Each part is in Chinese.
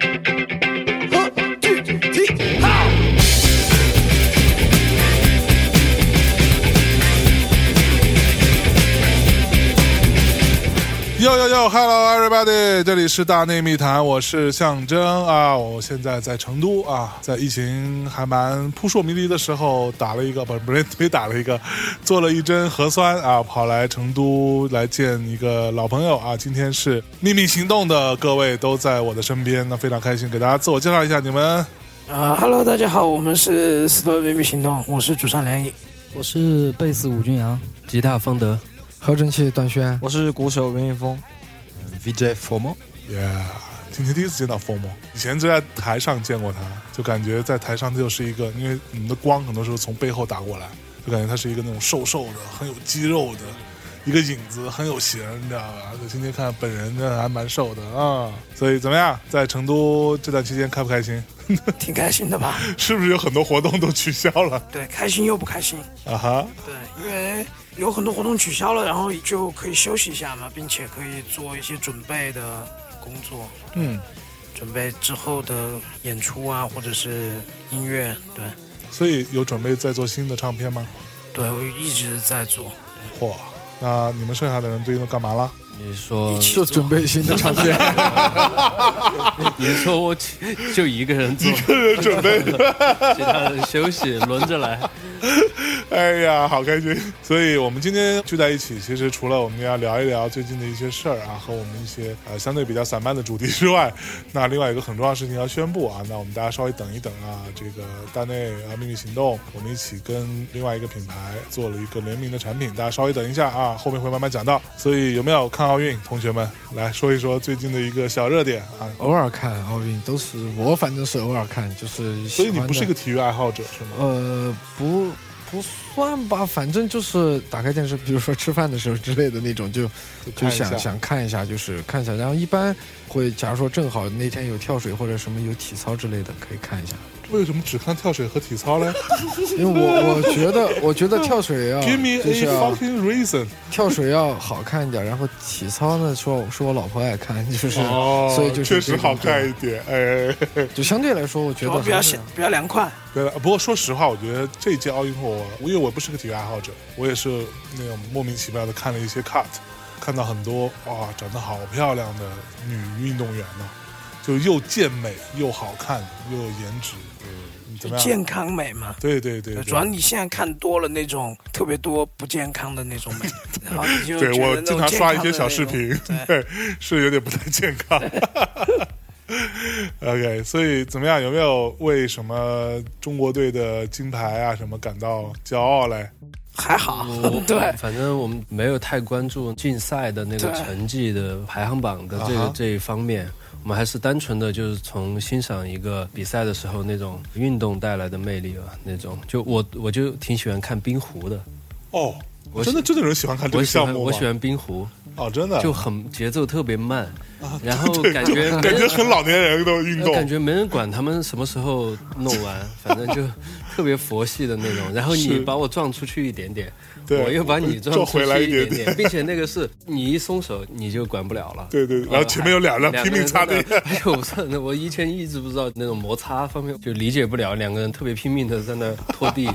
和具体号。哟哟哟，Hello everybody，这里是大内密谈，我是象征啊，我现在在成都啊，在疫情还蛮扑朔迷离的时候，打了一个不不是 没打了一个，做了一针核酸啊，跑来成都来见一个老朋友啊，今天是秘密行动的各位都在我的身边，那非常开心，给大家自我介绍一下，你们啊、哈 h e l l o 大家好，我们是 s t o r Baby 行动，我是主唱梁毅。 我是贝斯武俊阳，吉他方德。合成器段轩，我是鼓手文玉峰， VJ Formo， ，Yeah，今天第一次见到风梦，以前就在台上见过他，就感觉在台上他就是一个，因为你们的光很多时候从背后打过来，就感觉他是一个那种瘦瘦的、很有肌肉的一个影子，很有型，你知道吧？就今天看本人呢，还蛮瘦的啊、所以怎么样，在成都这段期间开不开心？挺开心的 吧？是不是有很多活动都取消了？对，开心又不开心。啊哈，对，因为有很多活动取消了，然后就可以休息一下嘛，并且可以做一些准备的工作，嗯，准备之后的演出啊，或者是音乐。对，所以有准备再做新的唱片吗？对我一直在做，嚯，那你们剩下的人最近都干嘛了？你说一，起就准备新的唱片。你说我只就一个人做，一个人准备，其他人休息，轮着来。哎呀，好开心！所以我们今天聚在一起，其实除了我们要聊一聊最近的一些事儿啊，和我们一些呃相对比较散漫的主题之外，那另外一个很重要的事情要宣布啊，那我们大家稍微等一等啊，这个大内啊秘密行动，我们一起跟另外一个品牌做了一个联名的产品，大家稍微等一下啊，后面会慢慢讲到。所以有没有看奥运，同学们来说一说最近的一个小热点啊？偶尔看奥运都是我，反正是偶尔看，就是所喜以欢你的。不是一个体育爱好者是吗？呃，不不算吧，反正就是打开电视，比如说吃饭的时候之类的那种，就就看一下想想看一下，就是看一下。然后一般会，假如说正好那天有跳水或者什么有体操之类的，可以看一下。为什么只看跳水和体操 嘞因为我我觉得，我觉得跳水要？Give me 就是 a 要 fucking reason！跳水要好看一点，然后体操呢，说是我老婆爱看，就是、哦，所以就是确实这种好看一点。哎，就相对来说，我觉然得后比较还是啊显，比较凉快。对了，不过说实话，我觉得这一届奥运会，我因为我不是个体育爱好者，我也是那种莫名其妙的看了一些 cut，看到很多哇长得好漂亮的女运动员呢、就又健美又好看又有颜值，嗯，怎么样？健康美嘛。对对对，对主要你现在看多了那种特别多不健康的那种 美，然后你就对觉我得那经种常刷一些健康的小那视种频，对 对，是有点不太健康。OK，所以怎么样？有没有为什么中国队的金牌啊什么感到骄傲嘞？还好我， 对，反正我们没有太关注竞赛的那个对成绩的排行榜的这啊个、哈这一方面，我们还是单纯的就是从欣赏一个比赛的时候那种运动带来的魅力吧，那种就我我就挺喜欢看冰壶的，哦，我真的喜真的有人喜欢看这我个喜项欢目吗我喜欢冰壶，哦，真 的 就很节奏特别慢，啊然后感觉感觉很老年人的运动感觉没人管他们什么时候弄 完，反正就特别佛系的那种。然后是你把我撞出去一点点，对我又把你撞撞出回来去一一点点点并且那个是你一松手你就管不了了。对对，然后前面有两辆哦两拼个命人擦地在，那 儿哎呦，我操！那我以前一直不知道那种摩擦方面就理解不了，两个人特别拼命的在那儿拖 地。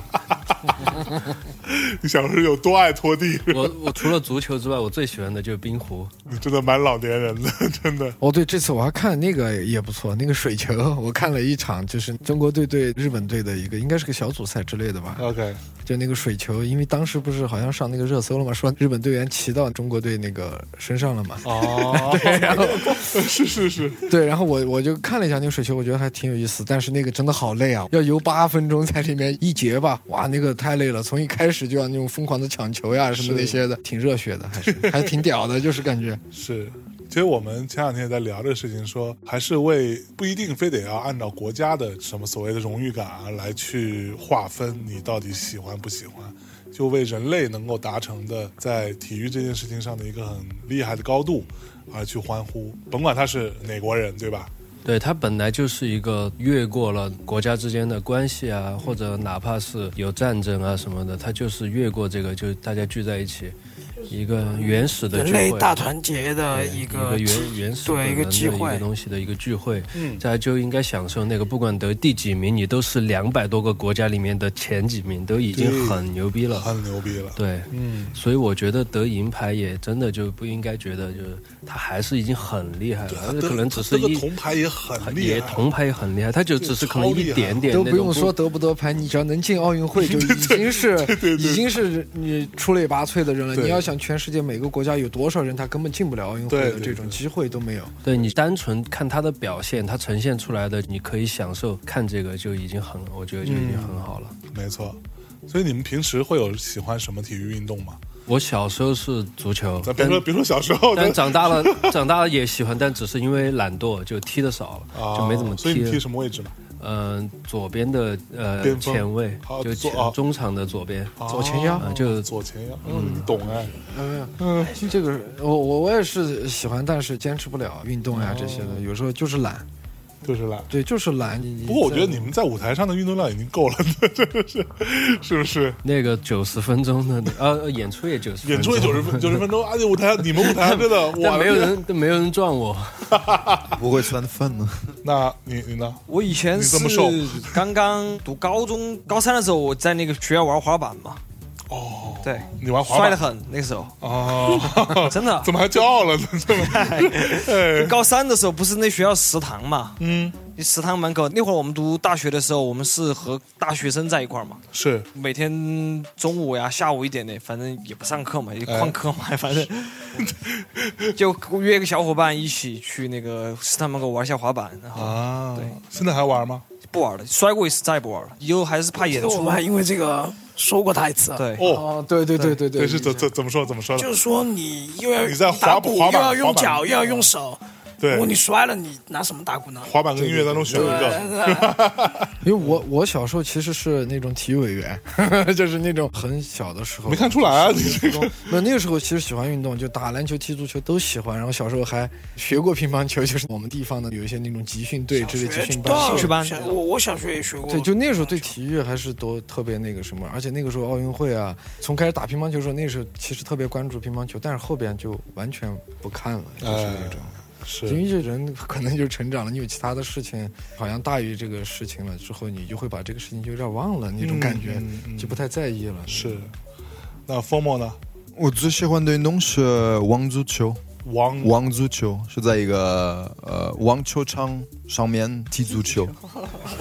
你想是有多爱拖地？我我除了足球之外，我最喜欢的就是冰壶。你真的蛮老年人的， 真的。哦，对，这次我还看那个也不错，那个水球，我看了一场，就是中国队对日本队的一个，应该是个小组赛之类的吧。 OK，就那个水球，因为当时不是好像上那个热搜了嘛，说日本队员骑到中国队那个身上了嘛。哦， 是是是，对，然后我我就看了一下那个水球，我觉得还挺有意思，但是那个真的好累啊，要游八分钟在里面一节吧，哇，那个太累了，从一开始就要那种疯狂的抢球呀什么那些的，挺热血的，还是还挺屌的，就是感觉。是，其实我们前两天也在聊这个事情说，还是为不一定非得要按照国家的什么所谓的荣誉感啊来去划分你到底喜欢不喜欢，就为人类能够达成的在体育这件事情上的一个很厉害的高度而去欢呼，甭管他是哪国人，对吧？对，它本来就是一个越过了国家之间的关系啊，或者哪怕是有战争啊什么的，它就是越过这个，就大家聚在一起，一个原始的人聚类会。大团结的一一个个原原始对一个个机一个会，东西的一个聚会，嗯，大家就应该享受那个，不管得第几名，你都是两百多个国家里面的前几名，都已经对很牛逼了。很牛逼了。对，嗯，所以我觉得得银牌也真的就不应该觉得就是他还是已经很厉害了，得可能只是得个一铜牌也很厉也害，铜牌也很厉害，他就只是可能一点点都那不种用说得不得牌，你只要能进奥运会就已经是已经是你出类拔萃的人了。对你要想全世界每个国家有多少人他根本进不了奥运会对的对这种机会都没有。对你单纯看他的表现，他呈现出来的，你可以享受看这个就已经很，我觉得就已经很好了。没错。所以你们平时会有喜欢什么体育运动吗？我小时候是足球，咱别但说别说小时候但的长大了， 长大了也喜欢，但只是因为懒惰，就踢的少了，啊，就没怎么所以踢你踢了。什么位置呢？嗯，左边的呃边锋前卫好，就左前啊中场的左边。左前腰啊就左前腰，嗯，你懂哎，嗯，这个我我我也是喜欢，但是坚持不了运动呀这些的，有时候就是懒。就是懒。对，就是懒。你不过我觉得你们在舞台上的运动量已经够了， 真的是，是不是？那个九十分钟的呃演出也九十，演出也九十分九十分钟，而且舞台你们舞台上真的， 但我没有人但没有人撞我。不会算饭呢。那你你呢？我以前是你这么瘦刚刚读高中高三的时候，我在那个学校玩滑板嘛，哦，对，你玩滑摔得板很，那个时候哦， 真的。怎么还骄傲了呢？ 这么，哎，高三的时候不是那学校食堂嘛，嗯，食堂门口那会儿我们读大学的时候，我们是和大学生在一块儿嘛，是每天中午呀、下午一点点，反正也不上课哎嘛，也旷课嘛， 反 正就约个小伙伴一起去那个食堂门口玩一下滑板，然后啊对，现在还玩吗？不玩了，摔过一次再也不玩了，以后还是怕演我出们。还因为这个说过他一次，，对，哦，哦，对对对对这对，是怎怎怎么说怎么说的就？是说你又要你在打滑鼓，滑又板要滑用板脚，又要用手，如果你对，摔了，你拿什么打鼓呢？滑板跟音乐当中选一个，因为我我小时候其实是那种体育委员， 就是那种很小的时候没看出来啊，你这个没有那个时候其实喜欢运动，就打篮球、踢足球都喜欢。然后小时候还学过乒乓球， 就是我们地方的有一些那种集训队之类集训班。兴趣班小我我小学也学过，对，就那时候对体育还是都特别那个什么，而且那个时候奥运会啊，从开始打乒乓球的时候，那时候其实特别关注乒乓球，但是后边就完全不看了，就是那种。因哎 是为这人可能就成长了，你有其他的事情好像大于这个事情了，之后你就会把这个事情就有点忘了，那种感觉、嗯嗯嗯就不太在意了。是。那 Formo 呢？我最喜欢的运动是网足球，王网足球是在一个呃网球场上面踢足 球，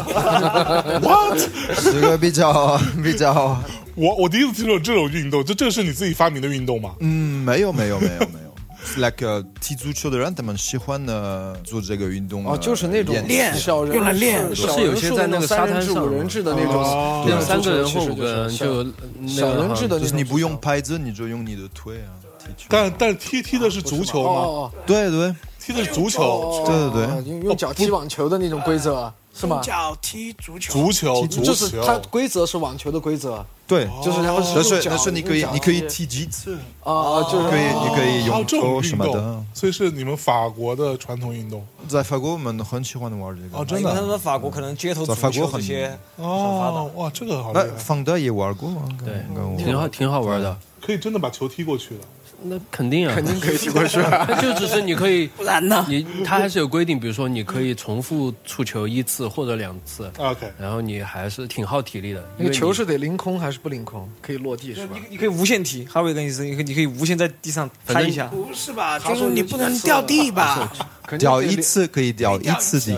What？ 是个比 较比较我我第一次听说有这种运动，这这是你自己发明的运动吗？嗯，没有没有没有没有 ，like 呃踢足球的人他们喜欢呃做这个运动哦，就是那种呃练练小人用来练不不是有些在那个沙滩上五人制的那种，哦那种啊三个人足或球其实五个人就是就小那小个人制的那种足球，就是你不用拍子，你就用你的腿啊踢球。但但踢踢的是足球哦吗？哦对对踢的是足哦球，，对对哦对，用用脚踢网球的那种规则是吗用？脚踢足球，足球，足就是它球，规则是网球的规则，啊对，就是然后但是用是脚但是你可以用脚你可以踢哦几次，啊，就是可以你可以还有用这种头什运么动的，。所以是你们法国的传统运动在法国我们很喜欢玩这个。哦，真啊因为他的们法国可能街头足在法球国这很些哦，哇，这个好厉那害，方德也玩过吗？对跟跟我，挺好挺好玩的。嗯可以真的把球踢过去了。那肯定啊，肯 定可以踢过 去，就只是你可以。不然呢？你它还是有规定，比如说你可以重复触球一次或者两次， OK，然后你还是挺耗体力的。因啊那为个你球是得凌空还是不凌空？可以落地是吧？你可以无限踢，还有一个意思，你可以你可以无限在地上拍一下。不是吧？就是你不能掉地吧？肯定掉得一凌，次可以掉一次地，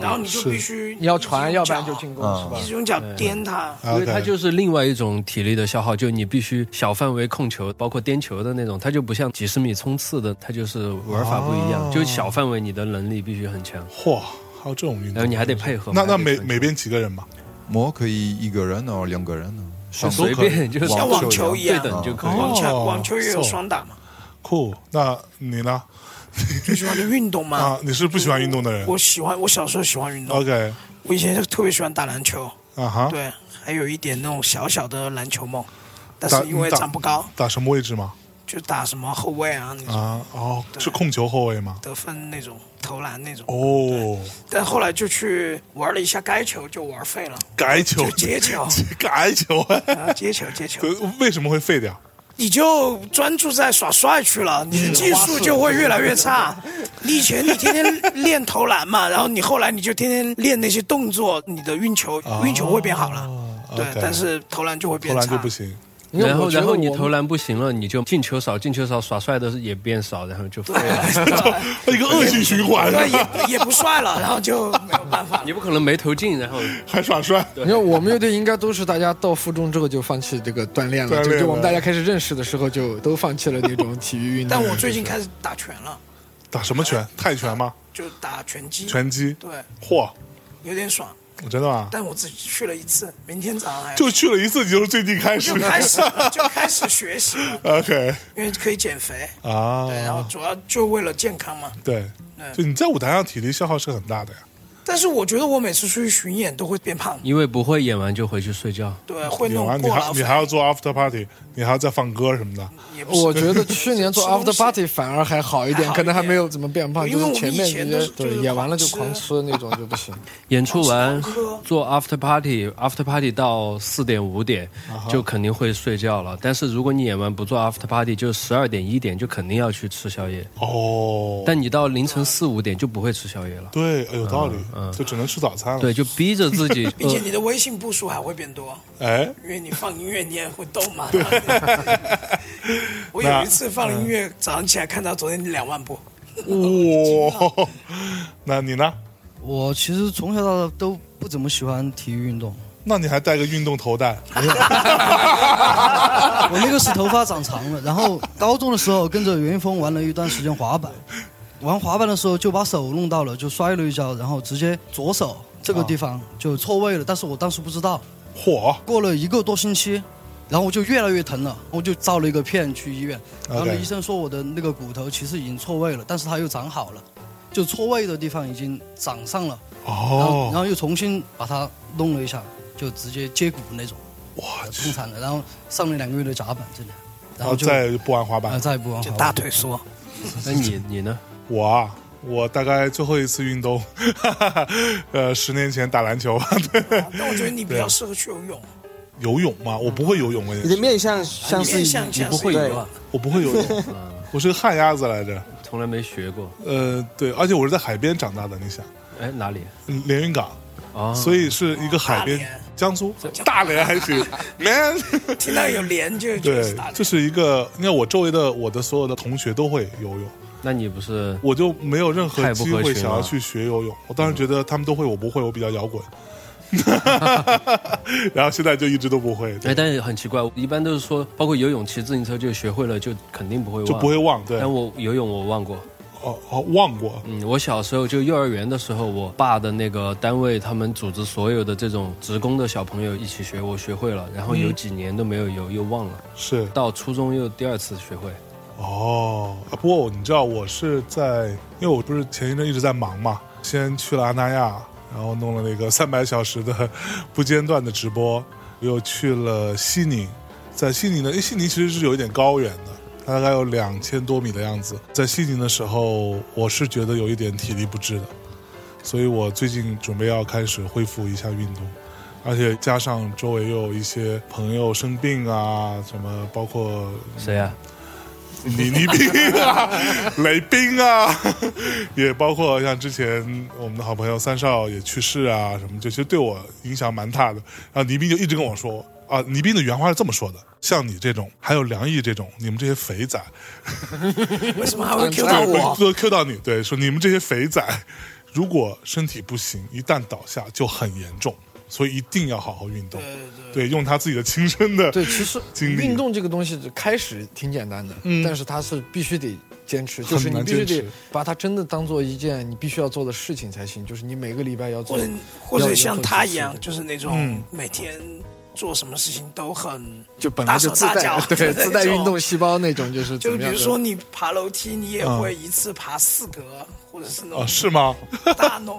然后你就必须你要传，要不然就进攻是啊吧一？直用脚颠它。因啊为它 OK 就是另外一种体力的消耗，就你必须小范围控球，包括颠球的那种，它就不像几十米冲刺的，它就是玩法不一哦样，就小范围你的能力必须很强，嚯，还有这种运然后动你。还得配合。那那还得每传球每边几个人吧？我可以一个人哦，两个人哦，像随便就是像网球一样哦对等就可以了。网哦球网球也 so 有双打嘛？酷，那你呢？最喜欢的运动嘛？啊，你是不喜欢运动的人我喜欢，我小时候喜欢运动， ？OK，我以前就特别喜欢打篮球，啊哈，对，还有一点那种小小的篮球梦，但打是因为你打长不高，打什么位置吗？就打什么后卫啊，那种啊，哦，是控球后卫吗？得分那种投篮那种。哦，但后来就去玩了一下该球，就玩废了，改球就，接球， 改球，啊，接球接球为什么会废掉？你就专注在耍帅去了，你的技术就会越来越差。你以前你天天练投篮嘛，然后你后来你就天天练那些动作，你的运球运球会变好了，对哦 OK 但是投篮就会投变差。篮就不行。因为然后我觉然得后你我们投篮不行了，你就进球少，进球少耍帅的也变少，然后就废了。一个恶性循环，对，也也不帅了，然后就没有办法了。你不可能没投进，然后 还耍帅，你看，我们乐队应该都是大家到附中之后就放弃这个锻炼锻了，炼了就就我们大家开始认识的时候就都放弃了那种体育运动。但我 最近开始打拳了，打什么拳？泰拳吗？就打拳击，拳击？对，嚯，有点爽。真的吗？但我只去了一次，明天早上还就去了一次，你就是最近开始就开始了就开始学习 了，OK 因为可以减肥，对，然后啊，主要就为了健康嘛。对，就你在舞台上体力消耗是很大的呀。但是我觉得我每次出去巡演都会变胖，因为不会演完就回去睡觉。对，会演弄完你过劳还你还肥，要做 after party，你还要再放歌什么的。也不我是。觉得去年做吃东西 after party 反而还好一还点，好一点可能还没有怎么变胖，对就因为是我们前以面前直都接是对就是演完了就狂狂吃那种就不行。演出哦完狂吃狂喝做 after party，after party 到四点五点啊就肯定会睡觉了。但是如果你演完不做 after party，就十二点一点就肯定要去吃宵夜。哦，但你到凌晨四五点就不会吃宵夜了，对，哎有道理，嗯就只能吃早餐了。对，，就逼着自 己。呃并且你的微信步数还会变多，哎，因为你放音乐你也会动嘛。然后 我有一次放音乐，早上起来看到昨天两万步，哇， 那你呢？我其实从小到大都不怎么喜欢体育运动，那你还戴个运动头带？我那个是头发长长了，然后高中的时候跟着袁一峰玩了一段时间滑板，玩滑板的时候就把手弄到了，就摔了一跤，然后直接左手这个地方就错位了，但是我当时不知道，嚯，过了一个多星期，然后我就越来越疼了，我就照了一个片去医院，然后 OK 医生说我的那个骨头其实已经错位了，但是它又长好了，就错位的地方已经长上了，然后然哦，后又重新把它弄了一下，就直接接骨那种，呃哇，痛惨了，然后上了两个月的甲板这里，然然后后就再也不玩滑啊板。再也不玩就滑大板，腿缩。那哎你你呢？我啊，我大概最后一次运动， 哈哈哈，呃，十年前打篮球，对，那我觉得你比较适合去游泳， 游泳嘛，我不会游泳，我你也的面相像是面相像不是会一游个啊，我不会游泳，我是个旱鸭子来着。从来没学过。呃，对，而且我是在海边长大的，你想，哎，哪里？连云港，啊，所以是一个海边大连，江苏大连还行，man。听到有连就就对是打，脸这是一个，你看我周围的我的所有的同学都会游泳，那你不是我就没有任太何不机合会群想要了去学游泳。我当时觉得他们都会，我不会，我比较摇 滚。然后现在就一直都不会，哎，但是很奇怪，一般都是说，包括游泳、骑自行车就学会了，就肯定不会忘。就不会忘。对，但哎我游泳我忘过，哦哦，忘过嗯，我小时候就幼儿园的时候，我爸的那个单位他们组织所有的这种职工的小朋友一起学，我学会了，然后有几年都没有游，又忘了，是到初中又第二次学会。哦。啊不过你知道我是在，因为我不是前一阵一直在忙嘛，先去了阿那亚，然后弄了那个三百小时的 不间断的直播，又去了悉尼，在悉尼呢，因为悉尼其实是有一点高原的。它大概有两千多米的样子，在悉尼的时候，我是觉得有一点体力不支的，所以我最近准备要开始恢复一下运动，而且加上周围又有一些朋友生病啊，什么包括谁啊呀、李尼兵啊、雷兵啊，也包括像之前我们的好朋友三少也去世啊，什么就其实对我影响蛮大的。然后倪斌就一直跟我说啊，倪斌的原话是这么说的：像你这种，还有梁毅这种，你们这些肥仔，为什么还会 Q 到对我？都 Q 到你，对，说你们这些肥仔，如果身体不行，一旦倒下就很严重，所以一定要好好运动。对对，用他自己的亲身的对，其实经历运动这个东西开始挺简单的，但是它是必须得嗯坚持，就是很你难必须坚得持把它真的当做一件你必须要做的事情才行。就是你每个礼拜要或做者，或者像他一要样，做就是那嗯种每天做什么事情都很就本来就自大手带大脚 对对自带这种运动细胞那种，就是怎就么比样如的说你爬楼梯，你也会一次爬四格，或者是那啊，种是吗？大弄。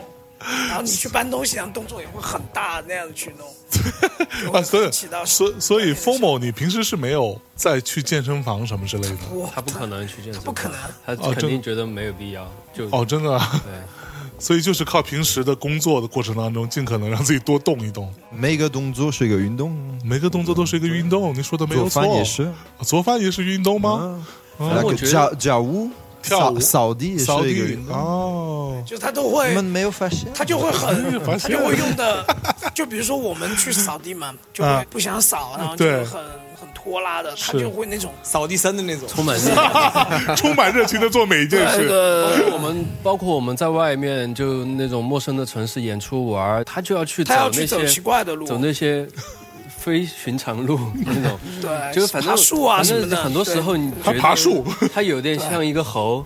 然后你去搬东西，然后动作也会很大那样子去弄， 啊，所以起到所以所以封某，你平时是没有再去健身房什么之类的我他不可能去健身，不可能，他哦肯真定觉得没有必要，就哦，真的、啊，对。 所以就是靠平时的工作的过程当中，尽可能让自己多动一动，每个动作是一个运动，啊每个动作都是一个运动，你说的没有做错。饭也是，做饭也是运动吗？嗯，嗯那我个觉得脚脚舞、跳舞扫扫地也是扫一个地运动。嗯 哦，就是他都你会们没有发现？他就会很，发他现就会用的，就比如说我们去扫地嘛，就会不想扫，然后就对会很很拖拉的，他是就会那种扫地僧的那种，充 满力量。充满热情的做每一件那事。个我们包括我们在外面就那种陌生的城市演出玩儿，他就要去走他要去那走奇些怪的路，走那些非寻常 路那种。对，就是反正爬树啊反什正么的，很多时候你觉得他爬树，他有点像一个 猴，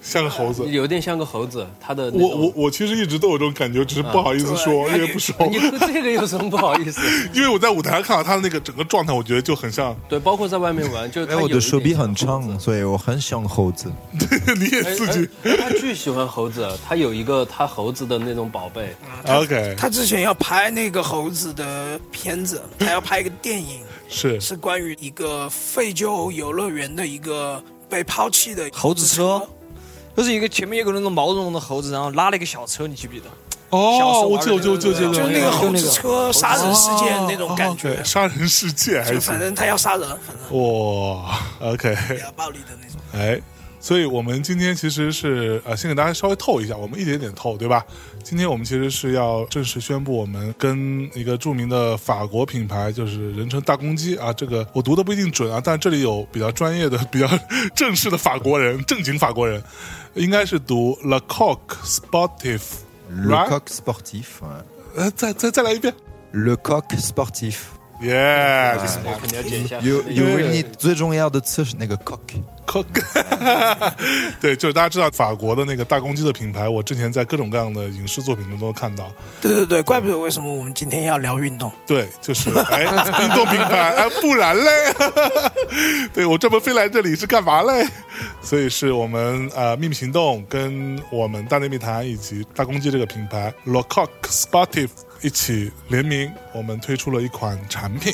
像个猴子。有点像个猴子。他的那我种我我其实一直都有这种感觉，只是不好意思说，哎因为不熟。你说这个有什么不好意 思？因为我在舞台上看到他的那个整个状态，我觉得就很像。 对，包括在外面玩，就是因他为哎有我一的手点臂很像猴子长，所以我很像猴子。你也哎自己哎他巨喜欢猴子，他有一个他猴子的那种宝贝，啊哎 OK 他之前要拍那个猴子的片子，他要拍一个电影，是是关于一个废旧游乐园的一个被抛弃的猴子车，就是一个前面有个那种毛茸茸的猴子，然后拉了一个小车，你记不记得？小时哦，候我玩记的得我记得我记那个得我记就得是那个就猴那个子哦车杀人事件那种感觉，哦杀人世界还行就反。正他要杀人，反正哇，OK，比较暴力的那种。哎，所以我们今天其实是呃，先给大家稍微透一下，我们一点点透，对吧？今天我们其实是要正式宣布，我们跟一个著名的法国品牌，就是人称大公鸡啊，这个我读的不一定准啊，但这里有比较专业的、比较正式的法国人， 正经法国人，应该是读 Le Coq Sportif。 Le coq sportif. ouais. 呃，再再再来一遍 Le coq sportif. ，Yeah，肯定要剪一下。 You you 对 will need 最重要的词是那个 coq。 cook，对，就是大家知道法国的那个大公鸡的品牌，我之前在各种各样的影视作品中都看到。对对对，怪不得为什么我们今天要聊运动。对，就是哎，运动品牌，哎，不然嘞， 对我这么飞来这里是干嘛嘞？所以是我们呃秘密行动跟我们大内密谈以及大公鸡这个品牌 Locock Sportif 一起联名，我们推出了一款产品，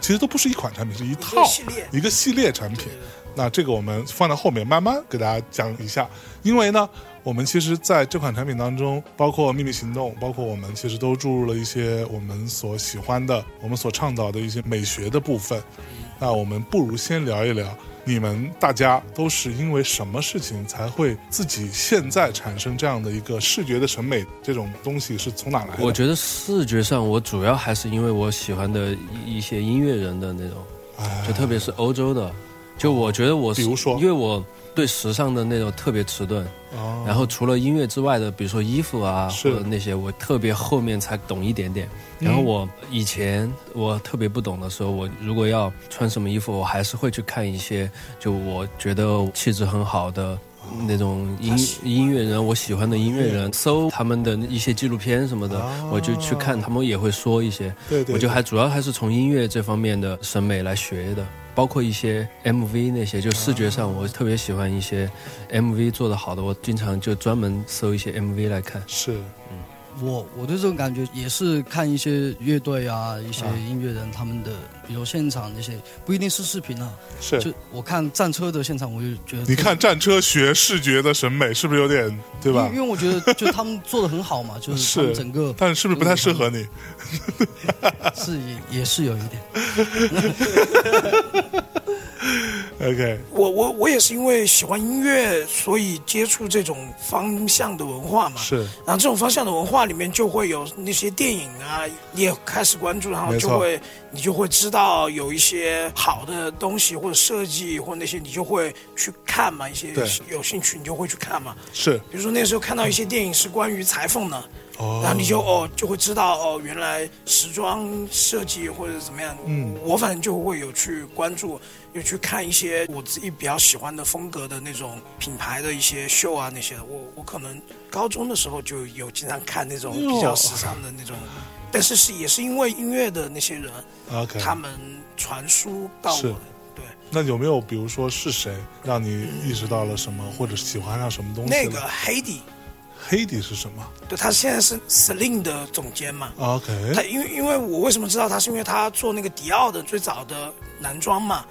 其实都不是一款产品，是一套一个系列一个系列产品。那这个我们放到后面慢慢给大家讲一下，因为呢，我们其实在这款产品当中，包括秘密行动，包括我们其实都注入了一些我们所喜欢的、我们所倡导的一些美学的部分。那我们不如先聊一聊，你们大家都是因为什么事情才会自己现在产生这样的一个视觉的审美这种东西是从哪来的？我觉得视觉上，我主要还是因为我喜欢的一一些音乐人的那种，哎就特别是欧洲的。就我觉得我是，比如说因为我对时尚的那种特别迟钝，哦然后除了音乐之外的，比如说衣服啊是嗯或者那些，我特别后面才懂一点点。然后我以前我特别不懂的时候，我如果要穿什么衣服，我还是会去看一些就我觉得气质很好哦的。那种音音乐人，我喜欢的音乐人，搜他们的一些纪录片什么的，哦我就去看，他们也会说一些。对对对我就还主要还是从音乐这方面的审美来学的，包括一些 MV 那些，就视觉啊上我特别喜欢一些 MV 做的好的，我经常就专门搜一些 MV 来看。是我我对这种感觉也是看一些乐队啊，一些音乐人他们的，比如现场那些，不一定是视频啊，是就，我看战车的现场，我就觉得你看战车学视觉的审美是不是有点对因为吧因？为我觉得就他们做的很好嘛，就是他是们整个但是不是不太适合你？是也也是有一点，嗯 OK，我我我也是因为喜欢音乐，所以接触这种方向的文化嘛。是然后这种方向的文化里面就会有那些电影啊，你也开始关注，然后没就错会你就会知道有一些好的东西或者设计或者那些，你就会去看嘛，一些对有兴趣你就会去看嘛。是比如说那时候看到一些电影是关于裁缝的，哦然后你就哦就会知道哦，原来时装设计或者怎么样，嗯，我反正就会有去关注，有去看一些我自己比较喜欢的风格的那种品牌的一些秀啊那些的，我我可能高中的时候就有经常看那种比哦较时尚的那种，但是是也是因为音乐的那些人， OK，他们传输到我是的，对。那有没有比如说是谁让你意识到了什么，或者喜欢上什么东西了？那个黑底，黑迪是什么对他现在是 Celine 的总监嘛。 ？OK，他因为因为我为什么知道他，是因为他做那个迪奥的最早的男装嘛，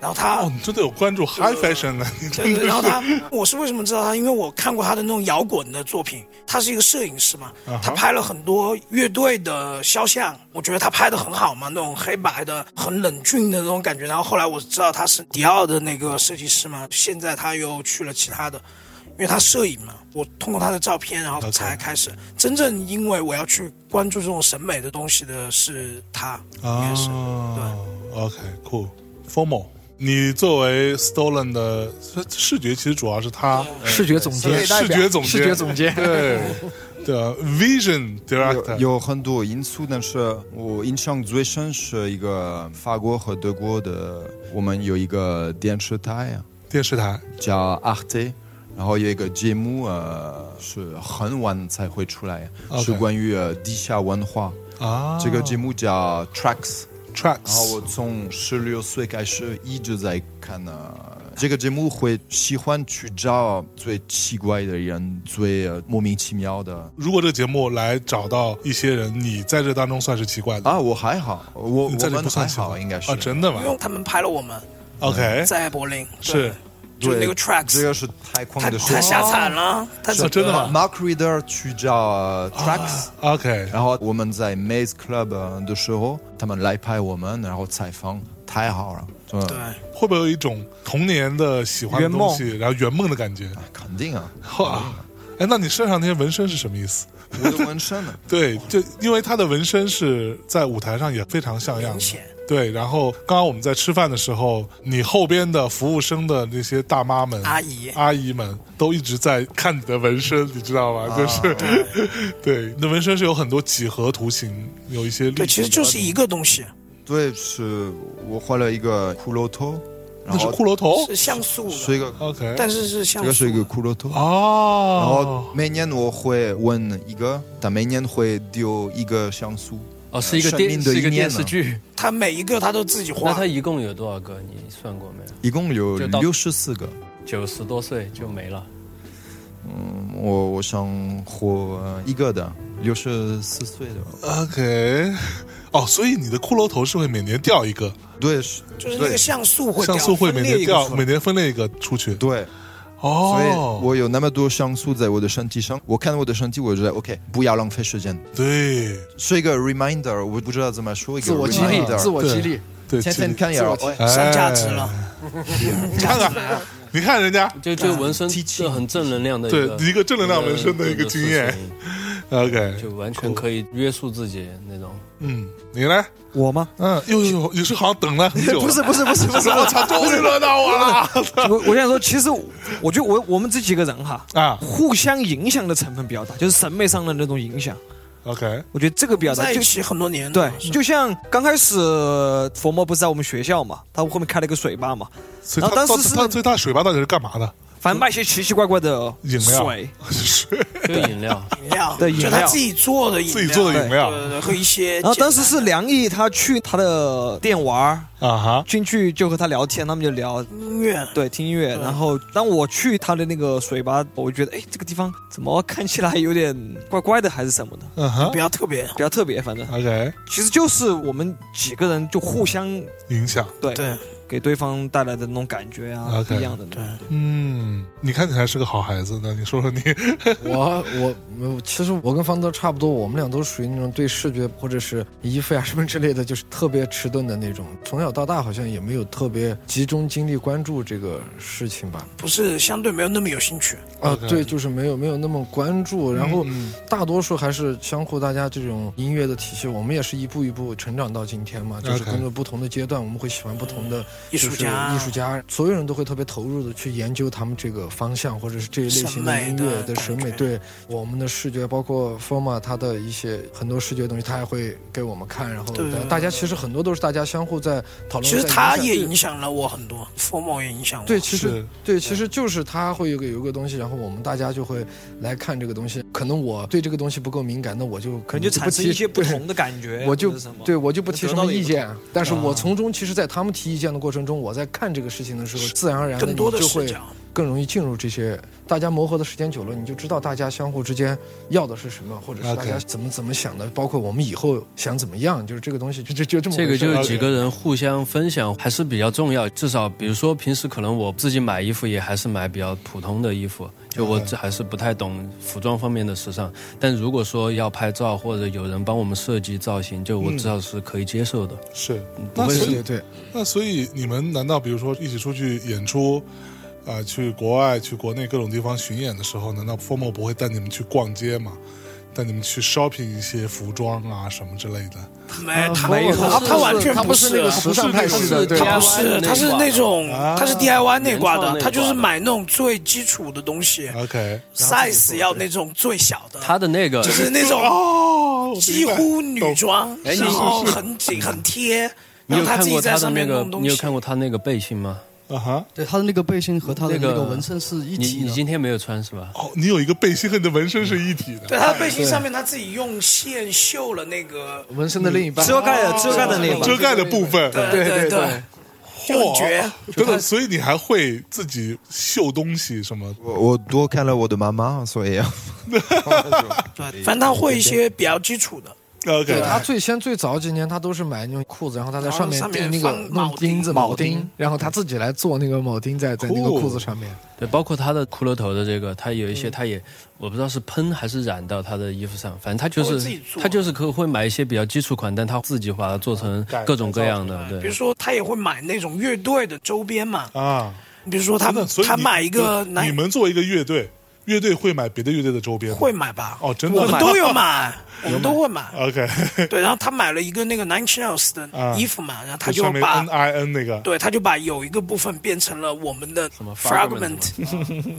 然后他哦，你真的有关注 high fashion 呢？你对真对，的然后是他，我是为什么知道他？因为我看过他的那种摇滚的作品，他是一个摄影师嘛啊哈，他拍了很多乐队的肖像，我觉得他拍的很好嘛，那种黑白的、很冷峻的那种感觉。然后后来我知道他是迪奥的那个设计师嘛，现在他又去了其他的，因为他摄影嘛，我通过他的照片，然后 OK 才开始真正因为我要去关注这种审美的东西的是他，应该是对。啊，OK，cool。Formal，你作为 Stolen 的视觉，其实主要是他呃视觉总监，视觉总监，视觉总监，对的 Vision 有 Director，有很多因素，但是我印象最深是一个法国和德国的，我们有一个电视台啊电视台叫 Arte，然后有一个节目呃是很晚才会出来， OK 是关于呃地下文化。啊，这个节目叫 Tracks，然后啊 Tracks 我从十六岁开始一直在看呃这个节目会喜欢去找最奇怪的人，最呃莫名其妙的，如果这个节目来找到一些人，你在这当中算是奇怪的，啊，我还好，我我你在这们不还算奇好，怪，应该是嗯啊，真的吗因为他们拍了我们？OK，在柏林，哎对是就是那对个 tracks，这个是太狂太的太下惨了，他啊真的吗哦呃啊 Mark Reader 去叫呃 Tracks，、 OK，然后我们在 Maze Club 呃的时候，他们来拍我们，然后采访，太好了，真对的，会不会有一种童年的喜欢的东西，然后圆梦的感觉？肯定啊，哇！哎，那你身上那些纹身是什么意思？我的纹身呢，对，就因为他的纹身是在舞台上也非常像样明的。显。对，然后刚刚我们在吃饭的时候，你后边的服务生的那些大妈哎们、阿姨阿姨们都一直在看你的纹身，你知道啊吗？就是， 对，那纹身是有很多几何图形，有一些立体对，其实就是一个东西， 对，是我画了一个骷髅头，然那是后骷髅头是像素是的，一个， ，OK，但是是像这素的。个是一个骷髅头。然哦后，每年我会问一个，但每年会丢一个像素，呃哦，是一个生电命的是一一个面电呢视剧，他每一个他都自己那画他，一共有多少个？你算过没有？一共有就到六十四个。九十多岁就没了。我我想活呃一个的，六十四岁的，嗯，OK，哦， 所以你的骷髅头是会每年掉一个，对，是就是那个像素会像素会每分裂年一个掉，出来每年分裂一个出去。对，所以哦，我有那么多像素在我的身体上，我看我的身体，我觉得 OK，不要浪费时间，对是一个 reminder，我不知道怎么说一个自我激励，自 reminder，我激励，对，天天看，看也要自我上价值了，看看，你看人家，就就纹身是很正能量的一对个，呃一个正能量纹身的一个经验事情，OK，就完全可以约束自己那种。嗯，你来。我吗？嗯，哟哟哟，你是好像等了很久了， 不是不是不是不是，我操，终于轮到我 了我我想说，其实我觉得我我们这几个人哈，啊互相影响的成分比较大，就是审美上的那种影响， ！OK，我觉得这个比较大。在一就起很多年。哎对，就像刚开始佛魔不是在我们学校嘛，他后面开了一个水吧嘛，所以然后他当他时是他所以他水吧到底是干嘛的？ 反正卖些奇奇怪怪的饮料水，呃水，就饮料，饮料，对饮就料他自己做的饮料，自己做的饮料对对对，和一些简单的。然后当时是梁毅他去他的店玩儿啊哈，进去就和他聊天，他们就聊音乐，对，听音嗯乐。然后当我去他的那个水吧，我就觉得哎，这个地方怎么看起来有点怪怪的，还是什么的，嗯哼比较特别。比较特别。反正，OK，其实就是我们几个人就互相影响，对对，给对方带来的那种感觉啊， OK，不一样的那种。嗯，你看起来是个好孩子呢，你说说你， 我我我其实我跟方德差不多，我们俩都属于那种对视觉或者是衣服呀、什么之类的，就是特别迟钝的那种。从小到大好像也没有特别集中精力关注这个事情吧。不是相对没有那么有兴趣。啊 OK，对，就是没有没有那么关注，然嗯后大多数还是相互大家这种音乐的体系，我们也是一步一步成长到今天嘛，就是 OK 跟着不同的阶段，我们会喜欢不同的嗯艺术家就是艺术家，所有人都会特别投入的去研究他们这个方向或者是这一类型的音乐的审审美，美的对我们的视觉，包括 Forma 他的一些很多视觉东西，他也会给我们看，然后对大家其实很多都是大家相互在讨论，其实在他影响也对影响了我很多，formal 也影响我。对，其实是对，其实就是它会有个有一个东西，然后我们大家就会来看这个东西。可能我对这个东西不够敏感，那我就可可能就产生一些不。对同的感觉，我就或者什么对啊我就不提什得到么的一意个啊见，但是我从中其实，在他们提意见的过程中，我在看这个事情的时候，自然而然的更多的就视会角，更容易进入这些。大家磨合的时间久了，你就知道大家相互之间要的是什么，或者是大 OK 家怎么怎么想的，包括我们以后想怎么样，就是这个东西就就就这么这回个事就是了几个人互相分享还是比较重要，至少比如说平时可能我自己买衣服也还是买比较普通的衣服，就嗯我这还是不太懂服装方面的时尚。但如果说要拍照或者有人帮我们设计造型，就嗯我至少是可以接受的。哦是，不那会所啊对以对对，那所以你们难道比如说一起出去演出，啊、去国外、去国内各种地方巡演的时候，难道 Formo 不会带你们去逛街吗？带你们去 shopping 一些服装啊什么之类的？没他没有他他完全他不是啊那个时尚派系的，对。他不是，他是那种啊他是 DIY 那挂的，他就是买那种最基础的东啊西 OK， ，size 要那种最小的，他的那个就是那种哦，我几明白乎女懂装，哎你嗯然后很紧很贴，你然有后他看自己过在他上的那面个弄，东你有西看。过他那个背心吗？啊哈。对，他的那个背心和他的那个那个纹身是一你体你的。今天没有穿是吧？哦，你有一个背心和你的纹身是一体的。对，他的背心上面他自己用线绣了那个，纹身的另一半，遮盖的遮盖的那一遮版，盖的部分，对对对， 就很绝。嚯等等，所以你还会自己绣东西什么？我我多看了我的妈妈，所以啊对，反正他会一些比较基础的，对 OK，他最先最早几年，他都是买那种裤子，然后他在上面然后上面钉那个放弄铆钉钉子、铆钉，然后他自己来做那个铆钉在在那个酷裤子上面。对，包括他的骷髅头的这个，他有一些他也、我不知道是喷还是染到他的衣服上，反正他就他会自己是做他就是可会买一些比较基础款，但他自己把它做成改各种各样的，比对如。说他也会买那种乐队的周边嘛，啊，比如说他那所以他你买一个你男你们作为一个乐队，乐队会买别的乐队的周边吗？会买吧？哦真的我们买都 有买，我们都会买。 OK，对，然后他买了一个那个 Nine Inch Nails 啊的衣服嘛，然后 他上面把 N I N 那个 对，他就把有一个部分变成了我们的么 fragment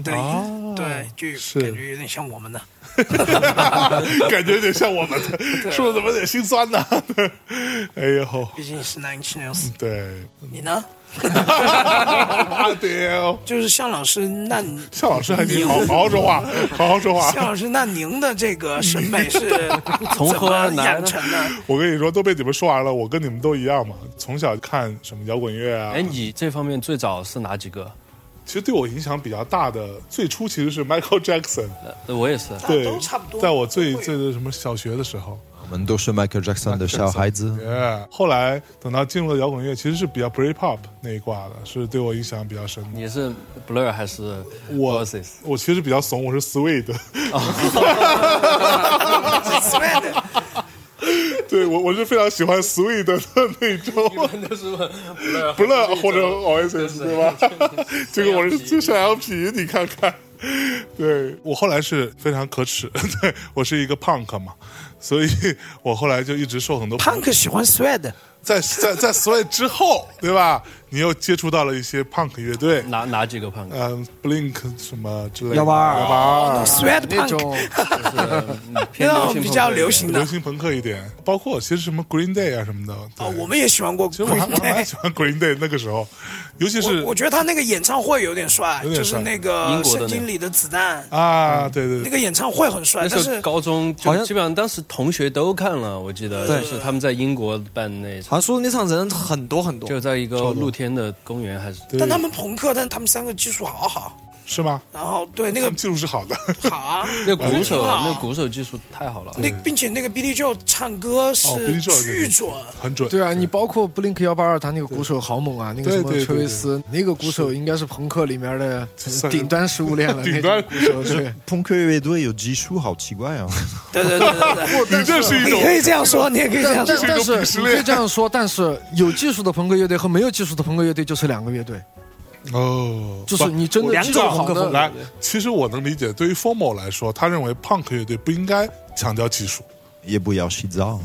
的哦一， 对，就感觉有点像我们的。感觉有点像我们 的，说的怎么有点心酸呢？ 哎呦，毕竟是 Nine Inch Nails，对，你呢？对哦，就是向老师，那你向老师还得 好好好说话，好好说向话。老师，那您的这个审 美是从怎何么而来养呢成的？我跟你说，都被你们说完了，我跟你们都一样嘛，从小看什么摇滚乐啊，哎，你这方面最早是哪几个？其实对我影响比较大的，最初其实是 Michael Jackson，呃我也是，对，都差不多在我最都会最的什么小学的时候，我们都是 Michael Jackson 的小孩子。耶。后来等到进入了摇滚乐，其实是比较 Britpop 那一挂的，是对我影响比较深的。你是 Blur 还是我 Oasis？我其实比较怂，我是 Swede，对我我是非常喜欢 Swede 的 那种。都是 Blur 不 乐或者 Oasis 对吧？结果我是最晒羊皮，你看看。对我后来是非常可耻， 对我是一个 punk 嘛，所以我后来就一直受很多朋友 punk 喜欢 thread，在在在 s w e 之后，对吧？你又接触到了一些 punk 乐队，哪哪几个胖哥？嗯、b l i n k 什么之类的， 182幺八啊二， thread 那 punk 种嗯偏 那流种行比风较格流行流的。行朋克一点，包括其实什么 Green Day 啊什么的，对哦，我们也喜欢过其实我还 Green 我还蛮 Day。喜欢 Green Day 那个时候，尤其是我我觉得他那个演唱会有点帅，有点就是帅那个英国的圣经里的子弹，啊，对对那对，个演唱会很帅，那但时是候高中好好像基本上当时同学都看了，我记得对就是他们在英国办那场，好像说那场人很多很多，就在一个露天的公园还是对但他们朋克，但他们三个技术好好，是吗？然后对那他个们技术是好的，好啊，那鼓挺手，好那鼓手技术太好了。那并且那个 Billy Joe 唱歌哦是，Billy Joel 巨准，很准。对啊，你包括 Blink 幺八二，他那个鼓手好猛啊，那个对什么对对崔维斯，那个鼓手应该是朋克里面的算是顶 端食物链了，顶端那种鼓手对。朋克乐队有技术，好奇怪啊！对对对对对。你这是一种你可以这样说，你也可以这样但说但。但这是一种鄙是视你链可以这样说，但是有技术的朋克乐队和没有技术的朋克乐队就是两个乐队，哦，就是你真的两技术种好朋克的风格来，其实我能理解，对于 Formo 来说，他认为 Punk 乐队不应该强调技术， 也不要洗澡。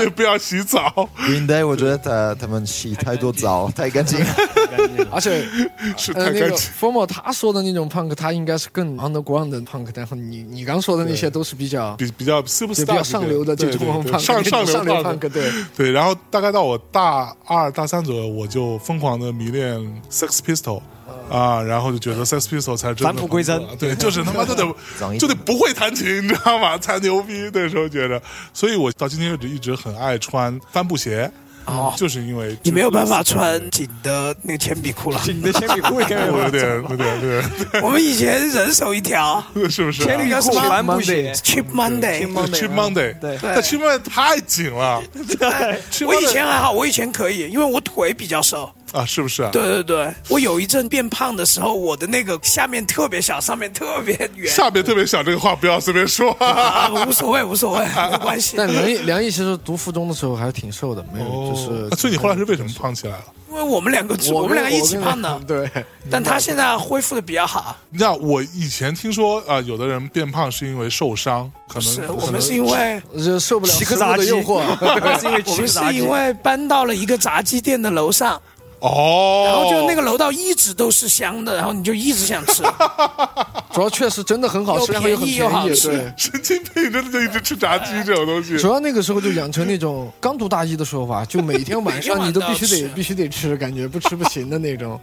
也不要洗澡， Green Day，我觉得他他们洗太 多澡，太干净。而且是呃太那干个净。 Formo 他说的那种 punk，他应该是更 underground 的 punk，然后你你刚说的那些都是比较比比较就 superstar 比较上流的这对种对 punk，对上上流上流 punk punk，对。对，然后大概到我大二大三左右，我就疯狂的迷恋 Sex Pistol 啊，然后就觉得 Sex Pistol 才是真的返璞归真朋克对，就是他妈就 得长一点就得不会弹琴，你知道吗？才牛逼。那时候觉得，所以我到今天为止一直很爱穿帆布鞋。哦，就是因为你没有办法穿紧的那个铅笔裤了。你的铅笔 裤应该我有点有点有点 我们以前人手一条是不是啊？铅笔裤帆布鞋， ，Cheap Monday。去 Monday，对但 Cheap Monday 太紧了对，我以前还好，我以前可以，因为我腿比较瘦。啊，是不是啊？对对对，我有一阵变胖的时候，我的那个下面特别小，上面特别 圆。下边特别小，这个话不要随便说。啊，无所谓，无所谓，没关系。 但梁毅梁毅其实读附中的时候还是挺瘦的，没有就是哦， 所以你后来是为什么胖起来了？因为我们两个，我们两个一起胖的， 对，但他现在恢复的比较好。你知道我以前听说啊、有的人变胖是因为受伤，可能是可能我们是因为啊就受不了七食个物炸的 鸡诱惑。啊是因为我七个们是杂技因为搬到了一个炸鸡店的楼上，哦，然后就那个楼道一直都是香的，然后你就一直想吃。主要确实真的很好吃，又然后又很便宜又好便宜，吃对。 神经病，真的就一直吃炸鸡这种东西主。要那个时候就养成那种刚读大一的时候吧，就每天晚每天晚上上你都必须都得吃必须得吃，感觉不吃不行的那种。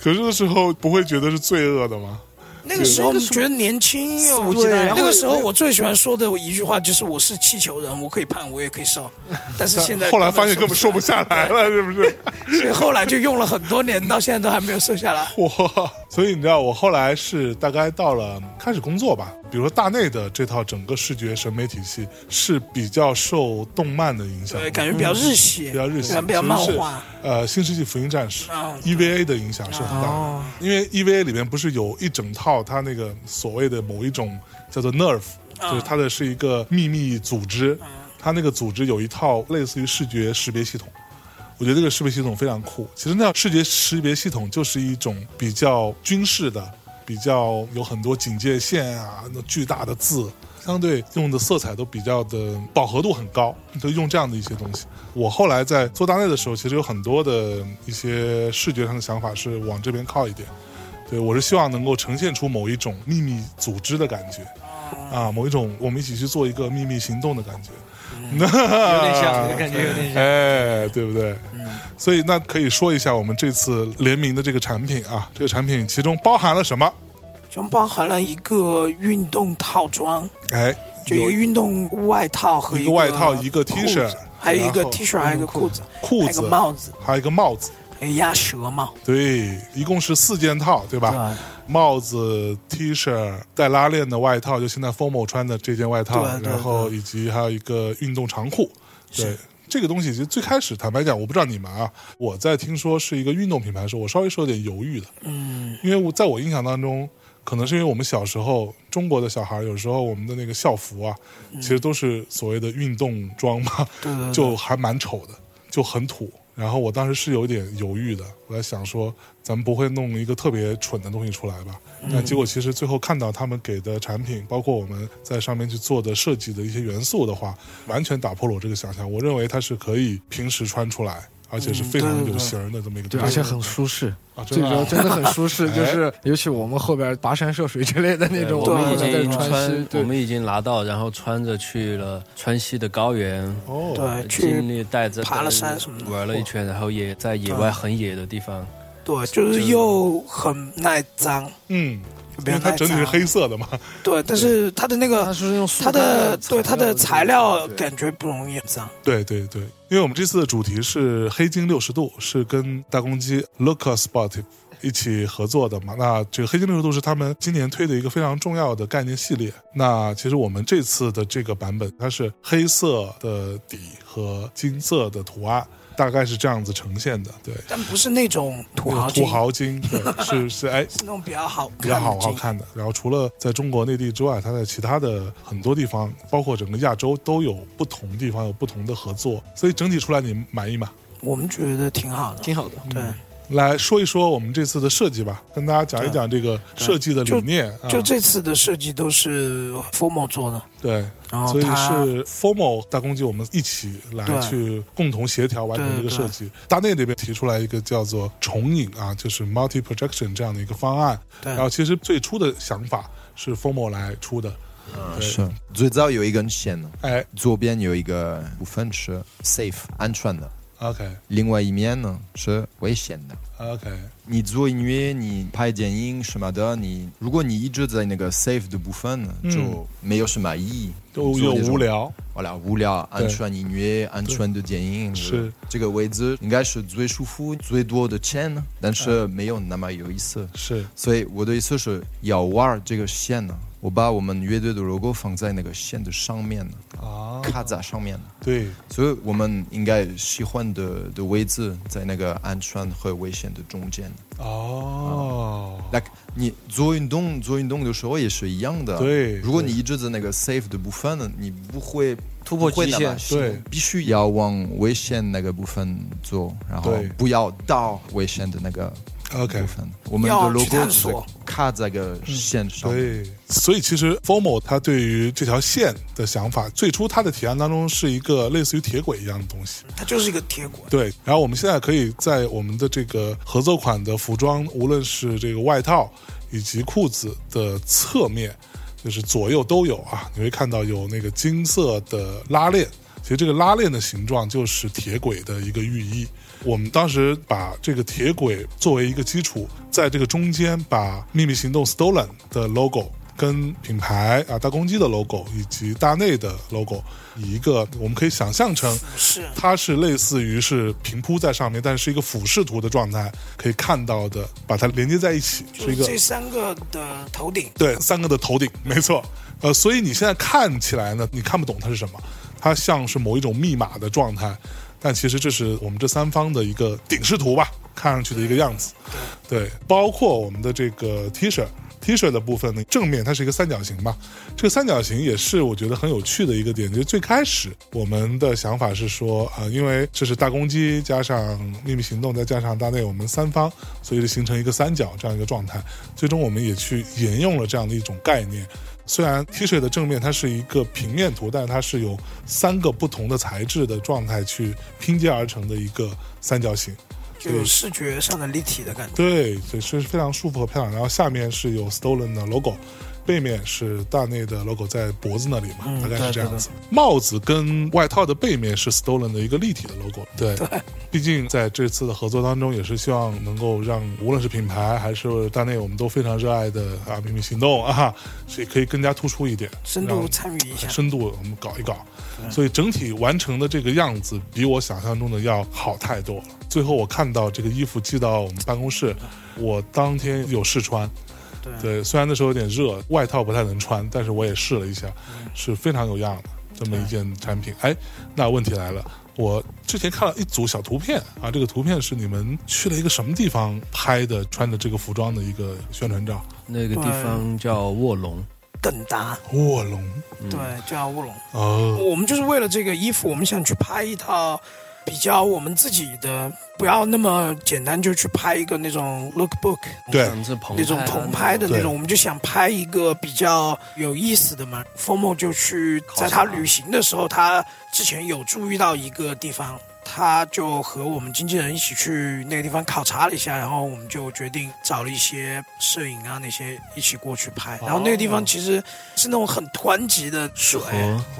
可是那时候不会觉得是罪恶的吗？那个时候觉得年轻又鸡蛋那个时候我最喜欢说的一句话就是：“我是气球人，我可以胖，我也可以瘦。”但是现在后来发现根本瘦不下下来了，是不 是？来，所以后来就用了很多年，到现在都还没有瘦下来。哇！所以你知道，我后来是大概到了开始工作吧，比如说大内的这套整个视觉审美体系是比较受动漫的影响的，对，感觉比较日系，嗯比较日系，感觉比较啊漫画。其实是呃，《新世纪福音战士》嗯 EVA 的影响是很大的，哦因为 EVA 里面不是有一整套它那个所谓的某一种叫做 Nerve，、就是它的是一个秘密组织，它那个组织有一套类似于视觉识别系统。我觉得这个识别系统非常酷。其实那视觉识别系统就是一种比较军事的，比较有很多警戒线啊，那巨大的字，相对用的色彩都比较的饱和度很高，就用这样的一些东西。我后来在做大内的时候，其实有很多的一些视觉上的想法是往这边靠一点。对我是希望能够呈现出某一种秘密组织的感觉，啊，某一种我们一起去做一个秘密行动的感觉。嗯有点 像，感觉有点像。嗯哎，对不对？所以那可以说一下我们这次联名的这个产品啊，这个产品其中包含了什么？就包含了一个运动套装，哎，就一个运动外套和一个外套一个裤 T 恤子还有一个然后 T 恤，还有一个裤子，裤还有子个帽子，还有一个帽子，还有鸭舌帽。对，一共是四件套，对吧？帽子、T 恤、带拉链的外套，就现在 FOMO 穿的这件外套，对对然后以及还有一个运动长裤，对。这个东西其实最开始，坦白讲，我不知道你们啊，我在听说是一个运动品牌的时候，我稍微是有点犹豫的，嗯，因为我在我印象当中，可能是因为我们小时候中国的小孩儿，有时候我们的那个校服啊，其实都是所谓的运动装嘛，就还蛮丑的，就很土。然后我当时是有点犹豫的，我在想说，咱们不会弄一个特别蠢的东西出来吧？嗯那结果其实最后看到他们给的产品，包括我们在上面去做的设计的一些元素的话，完全打破了我这个想象。我认为它是可以平时穿出来，而且是非常有型儿的这么一个嗯对，东而西且。很舒适，啊真最的主啊要真的很舒适，就是尤其我们后边跋山涉水之类的那种，我们们后已来在经川西穿，，我对，们已经拿到，然后穿着去了川西的高原，哦，对，经去历带着爬了山什么的玩了一圈，然后也在野外很野的地方，对，就是又很耐脏，嗯，就因比较为它耐整体是脏。黑色的嘛， 对，但是它的那它个是用塑它的料对它的材料对感觉不容易脏。对对对，因为我们这次的主题是黑金六十度，是跟大公鸡 Local Spot 一起合作的嘛。那这个黑金六十度是他们今年推的一个非常重要的概念系列。那其实我们这次的这个版本，它是黑色的底和金色的图案，大概是这样子呈现的。对，但不是那种土那豪个金土，豪金，对，是是哎，是那种比较好看的比较好好金。看的。然后除了在中国内地之外，它在其他的很多地方，包括整个亚洲都有不同地方有不同的合作，所以整体出来你满意吗？我们觉得挺好的，挺好的。对，来说一说我们这次的设计吧，跟大家讲一讲这个设计的理念。啊就这次的设计都是 Formo 做的，对，然后所以它是 Formal 大公鸡我们一起来对去共同协调完成这个设计。大内那边提出来一个叫做重影啊，就是 multi projection 这样的一个方案。对然后其实最初的想法是 Formal 来出的，是最早有一根线，哎，左边有一个部分是 safe 安全的， OK 另外一面呢是危险的。 OK，你做音乐，你拍电影什么的，你如果你一直在那个 safe 的部分，就没有什么意义，嗯都又做那种无。聊。 voilà，无聊，对安全音乐，安全的电影，是这个位置应该是最舒服、最多的钱，但是没有那么有意思。是所以我的意思是要玩这个线呢，我把我们乐队的 logo 放在那个线的上面呢，啊，卡在上面呢。对，所以我们应该喜欢的的位置在那个安全和危险的中间。啊哦，那你做运动做运动的时候也是一样的。对如果你一直在那个 safe 的部分呢，你不会突破不会极那限么喜欢对必须要往危险那个部分做，然后对不要到危险的那个 OK 部分。我们要的去 logo 探就是索卡在个线上。对，所以其实 Formo 他对于这条线的想法，最初他的提案当中是一个类似于铁轨一样的东西。它就是一个铁轨。对，然后我们现在可以在我们的这个合作款的服装，无论是这个外套以及裤子的侧面，就是左右都有啊，你会看到有那个金色的拉链。其实这个拉链的形状就是铁轨的一个寓意。我们当时把这个铁轨作为一个基础，在这个中间把秘密行动 Stolen 的 logo 跟品牌啊大公鸡的 logo 以及大内的 logo，以一个我们可以想象成是它是类似于是平铺在上面，但是一个俯视图的状态，可以看到的，把它连接在一起，就是是一个这三个的头顶，对三个的头顶，没错。呃，所以你现在看起来呢，你看不懂它是什么，它像是某一种密码的状态，但其实这是我们这三方的一个顶视图吧，看上去的一个样子。对，包括我们的这个 T 恤。T 恤的部分呢，正面它是一个三角形嘛，这个三角形也是我觉得很有趣的一个点。就是最开始我们的想法是说啊、因为这是大公鸡加上秘密行动再加上大内我们三方，所以就形成一个三角这样一个状态。最终我们也去沿用了这样的一种概念。虽然 T 恤的正面它是一个平面图，但是它是由三个不同的材质的状态去拼接而成的一个三角形。就有视觉上的立体的感觉。对，所以是非常舒服和漂亮。然后下面是有 Stolen 的 logo，背面是大内的 logo 在脖子那里嘛，嗯大概是这样子。帽子跟外套的背面是 Stolen 的一个立体的 logo。对，毕竟在这次的合作当中，也是希望能够让无论是品牌还是大内，我们都非常热爱的啊秘密行动啊，所以可以更加突出一点，深让度参与一下，深度我们搞一搞。所以整体完成的这个样子比我想象中的要好太多了。最后我看到这个衣服寄到我们办公室，嗯我当天有试穿。对，虽然那时候有点热，外套不太能穿，但是我也试了一下，嗯是非常有样的这么一件产品。哎，那问题来了，我之前看了一组小图片啊，这个图片是你们去了一个什么地方拍的，穿着这个服装的一个宣传照。那个地方叫卧龙，等达，卧龙对，叫乌龙。哦，我们就是为了这个衣服，我们想去拍一套比较我们自己的，不要那么简单就去拍一个那种 lookbook 对像是澎湃啊那种澎湃的那对种，我们就想拍一个比较有意思的嘛。f o m o 就去在他旅行的时候，他之前有注意到一个地方。他就和我们经纪人一起去那个地方考察了一下，然后我们就决定找了一些摄影啊那些一起过去拍。然后那个地方其实是那种很湍急的水，河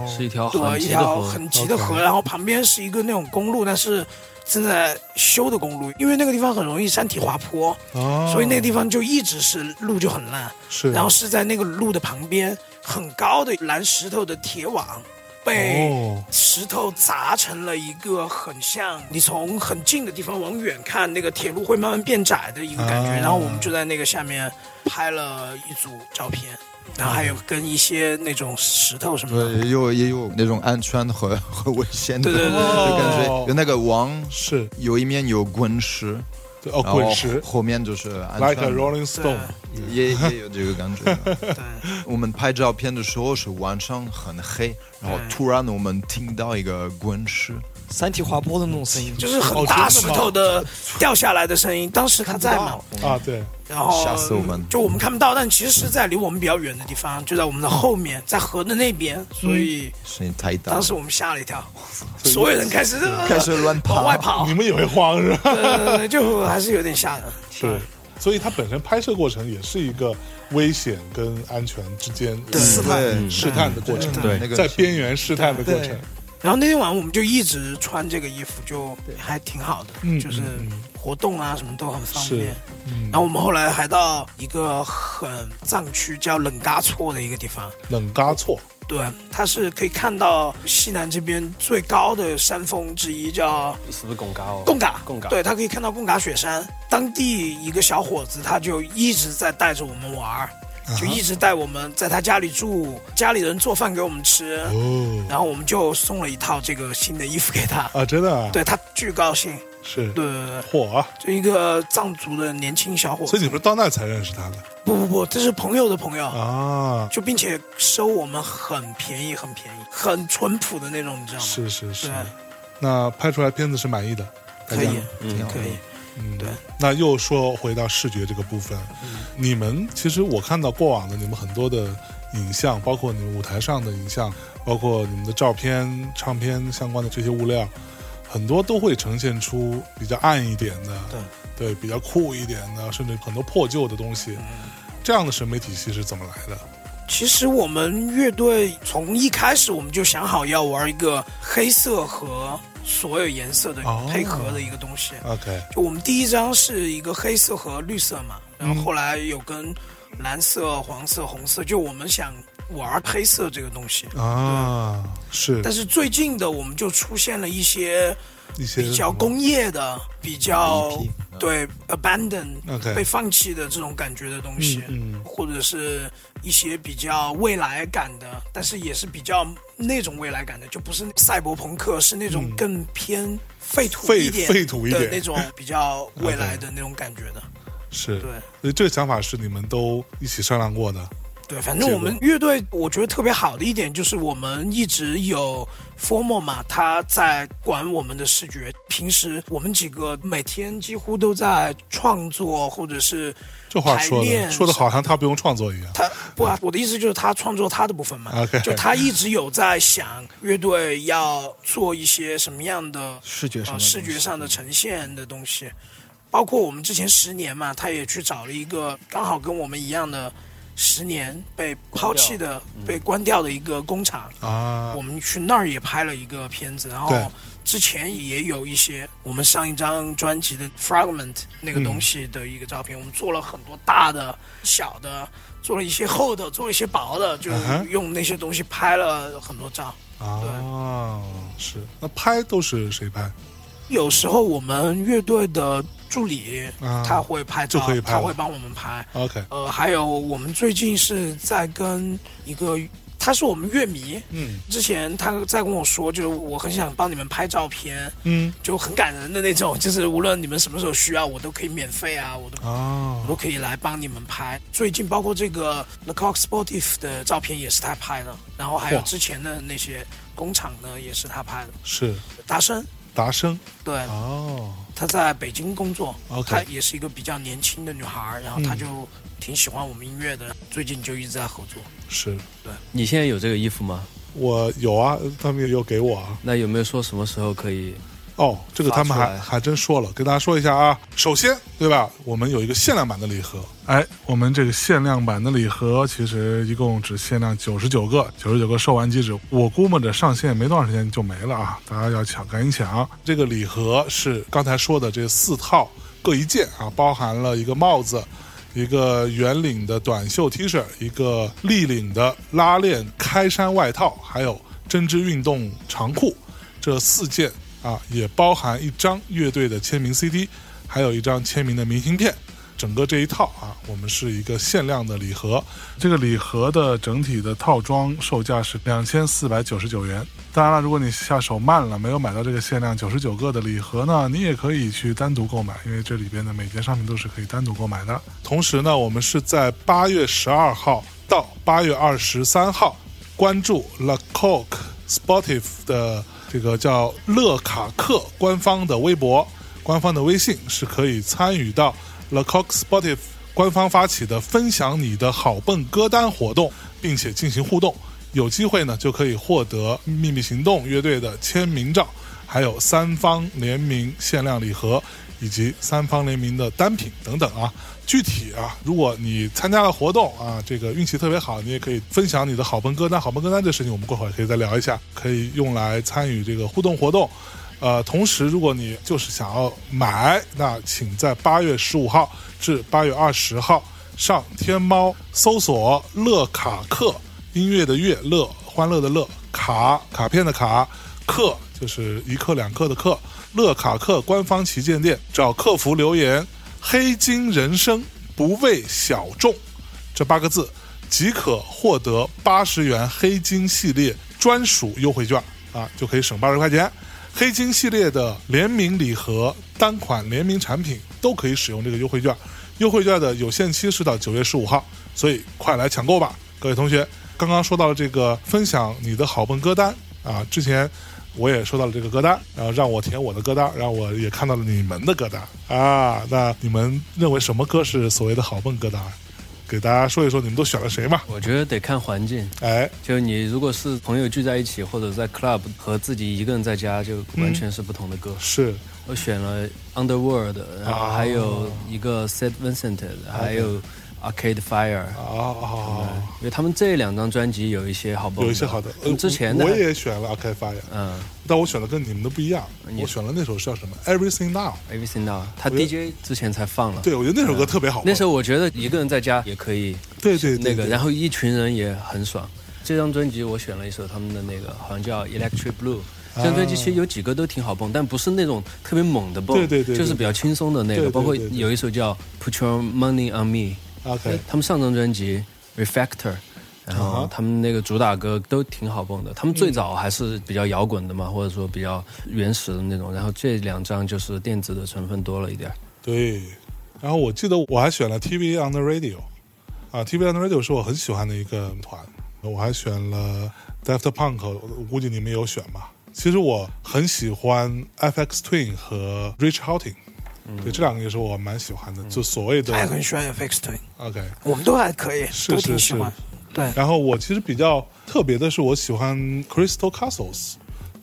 哦是一条哦对，很一急的条河，很急的 OK 河，然后旁边是一个那种公路，但是正在修的公路，因为那个地方很容易山体滑坡，哦所以那个地方就一直是路就很烂。是，然后是在那个路的旁边，很高的蓝石头的铁网被哦，石头砸成了一个很像你从很近的地方往远看，那个铁路会慢慢变窄的一个感觉。啊然后我们就在那个下面拍了一组照片，然后还有跟一些那种石头什么的。对，也有也有那种安全和和危险的对对对对的感哦觉，有那个网，是有一面有滚石，对 哦，然后滚石后面就是安全，like a Rolling Stone，也也有这个感 觉。对对。我们拍照片的时候是晚上很黑，然后突然我们听到一个滚石，山体滑坡的那种声音，就是很大石头哦的掉下来的声音，当时他在嘛，啊，对，然后吓死我们就我们看不到，但其实是在离我们比较远的地方，就在我们的后面，在河的那边，所以声音太大当，时我们吓了一跳，所有人开始嗯呃开始乱跑往外跑 你，们也会慌是 吧？呃，就还是有点吓人。是，所以它本身拍摄过程也是一个危险跟安全之间对试探对嗯嗯试探的过程，对那个在边缘试探的过程对，然后那天晚上我们就一直穿这个衣服，就还挺好嗯的，就是活动啊什么都很方是便。嗯然后我们后来还到一个很藏区叫冷嘎措的一个地方，冷嘎措，对，它是可以看到西南这边最高的山峰之一，叫是不是拱高？贡嘎。贡嘎哦对，它可以看到贡嘎雪山。当地一个小伙子，他就一直在带着我们玩儿，嗯就一直带我们在他家里住，家里人做饭给我们吃，哦然后我们就送了一套这个新的衣服给他，啊，真的啊，对他巨高兴。是对对对，嚯啊！就一个藏族的年轻小伙所子以，你不是到那才认识他的不不不，这是朋友的朋友。啊？就并且收我们很便宜，很便宜，很淳朴的那种，你知道吗？是是是对，，那拍出来片子是满意的，大可家以，可以。嗯，对。那又说回到视觉这个部分，你们其实我看到过往的你们很多的影像，包括你们舞台上的影像，包括你们的照片、唱片相关的这些物料，很多都会呈现出比较暗一点的，对，比较酷一点的，甚至很多破旧的东西。嗯这样的审美体系是怎么来的？其实我们乐队从一开始我们就想好要玩一个黑色和所有颜色的哦配合的一个东西。 OK，就我们第一张是一个黑色和绿色嘛，然后后来有跟蓝色、黄色、红色，就我们想玩黑色这个东西。啊，是但是最近的我们就出现了一些一些嗯比较工业的、比较 EP 对 abandon OK 被放弃的这种感觉的东西，嗯嗯或者是一些比较未来感的，但是也是比较那种未来感的，就不是赛博朋克，是那种更偏废嗯土废一点、废土一点的那种比较未 来的那种感觉的。是，对所以这个想法是你们都一起商量过的。对，反正我们乐队，我觉得特别好的一点就是我们一直有 Formo 嘛，他在管我们的视觉。平时我们几个每天几乎都在创作，或者是这话排说的练说的好像他不用创作一样。他不啊，我的意思就是他创作他的部分嘛 OK 就他一直有在想乐队要做一些什么样的视觉上呃的视觉上的呈现的东西，包括我们之前十年嘛，他也去找了一个刚好跟我们一样的十年被抛弃的、被关掉的一个工厂，啊我，们去那儿也拍了一个片子，然后对之前也有一些我们上一张专辑的 fragment 那个嗯东西的一个照片，我们做了很多大的、小的，做了一些厚的，做了一些薄的，就嗯哼是用那些东西拍了很多照。啊，是。那拍都是谁拍？有时候我们乐队的助理、啊他会拍照，就可以拍了他会帮我们拍。 OK，呃，还有我们最近是在跟一个，他是我们乐迷，嗯之前他在跟我说，就是我很想帮你们拍照片，嗯就很感人的那种，就是无论你们什么时候需要，我都可以免费啊，我都啊我都可以来帮你们拍。最近包括这个 The Cox Sportive 的照片也是他拍的，然后还有哇之前的那些工厂呢也是他拍的。是达生，达生对，哦，她在北京工作 OK 嗯她也是一个比较年轻的女孩儿，然后她就挺喜欢我们音乐的，最近就一直在合作。是你现在有这个衣服吗？我有啊，他们也有给我啊。那有没有说什么时候可以？哦，这个他们发出还来还真说了，跟大家说一下啊。首先，对吧？我们有一个限量版的礼盒，哎，我们这个限量版的礼盒其实一共只限量九十九个，九十九个售完即止。我估摸着上线没多长时间就没了啊，大家要抢，赶紧抢！啊这个礼盒是刚才说的这四套各一件啊，包含了一个帽子。一个圆领的短袖 T 恤，一个立领的拉链开衫外套，还有针织运动长裤，这四件啊，也包含一张乐队的签名 CD，还有一张签名的明信片。整个这一套啊，我们是一个限量的礼盒。这个礼盒的整体的套装售价是两千四百九十九元。当然了，如果你下手慢了，没有买到这个限量九十九个的礼盒呢，你也可以去单独购买，因为这里边的每件商品都是可以单独购买的。同时呢，我们是在八月十二号到八月二十三号关注 La Coke Sportive 的这个叫乐卡克官方的微博、官方的微信，是可以参与到 La Coke Sportive 官方发起的“分享你的好蹦歌单”活动，并且进行互动。有机会呢，就可以获得《秘密行动》乐队的签名照，还有三方联名限量礼盒。以及三方联名的单品等等啊。具体啊，如果你参加了活动啊，这个运气特别好，你也可以分享你的好朋歌单。好朋歌单这事情，我们过会儿可以再聊一下，可以用来参与这个互动活动。呃，同时，如果你就是想要买，那请在八月十五号至八月二十号上天猫搜索“乐卡克”，音乐的乐，乐欢乐的乐，卡卡片的卡，克就是一克两克的克，乐卡克官方旗舰店找客服留言“黑金人生不为小众”这八个字，即可获得八十元黑金系列专属优惠券啊，就可以省八十块钱。黑金系列的联名礼盒、单款联名产品都可以使用这个优惠券，优惠券的有限期是到九月十五号，所以快来抢购吧，各位同学。刚刚说到了这个分享你的好朋歌单啊，之前我也收到了这个歌单，然后让我填我的歌单，然后我也看到了你们的歌单啊。那你们认为什么歌是所谓的好蹦歌单？给大家说一说你们都选了谁嘛？我觉得得看环境，哎，就你如果是朋友聚在一起，或者在 club 和自己一个人在家，就嗯完全是不同的歌。是我选了 Underworld，然后还哦有一个 Set Vincent，、还有 Arcade Fire，、啊、哦，因为他们这两张专辑有一些好棒，有一些好的。呃嗯之前的我也选了 Arcade Fire，嗯但我选的跟你们的不一样，你我选了那首叫什么？Everything Now。 ，Everything Now，他觉得 DJ 之前才放了。对，我觉得那首歌特别好啊玩。那时候我觉得一个人在家也可以对对对那个，对然后一群人也很爽。这张专辑我选了一首他们的那个，好像叫《Electric Blue》。这啊张专辑其实有几个都挺好蹦，但不是那种特别猛的蹦，对对对对就是比较轻松的那对个。对包括对对有一首叫《Put Your Money on Me》， OK，啊他们上张专辑《Refactor》，然后他们那个主打歌都挺好蹦的。他们最早还是比较摇滚的嘛，或者说比较原始的那种。然后这两张就是电子的成分多了一点儿。对，然后我记得我还选了 TV on the Radio，啊，TV on the Radio 是我很喜欢的一个团，我还选了 Daft Punk，我估计你们也有选吧。其实我很喜欢 FX Twin 和 Rich Houghton，、对，嗯这两个也是我蛮喜欢的，就所谓的他也哎很喜欢 FX Twin， OK。我们都还可以，是都挺喜欢是。对然后我其实比较特别的是，我喜欢 Crystal Castles，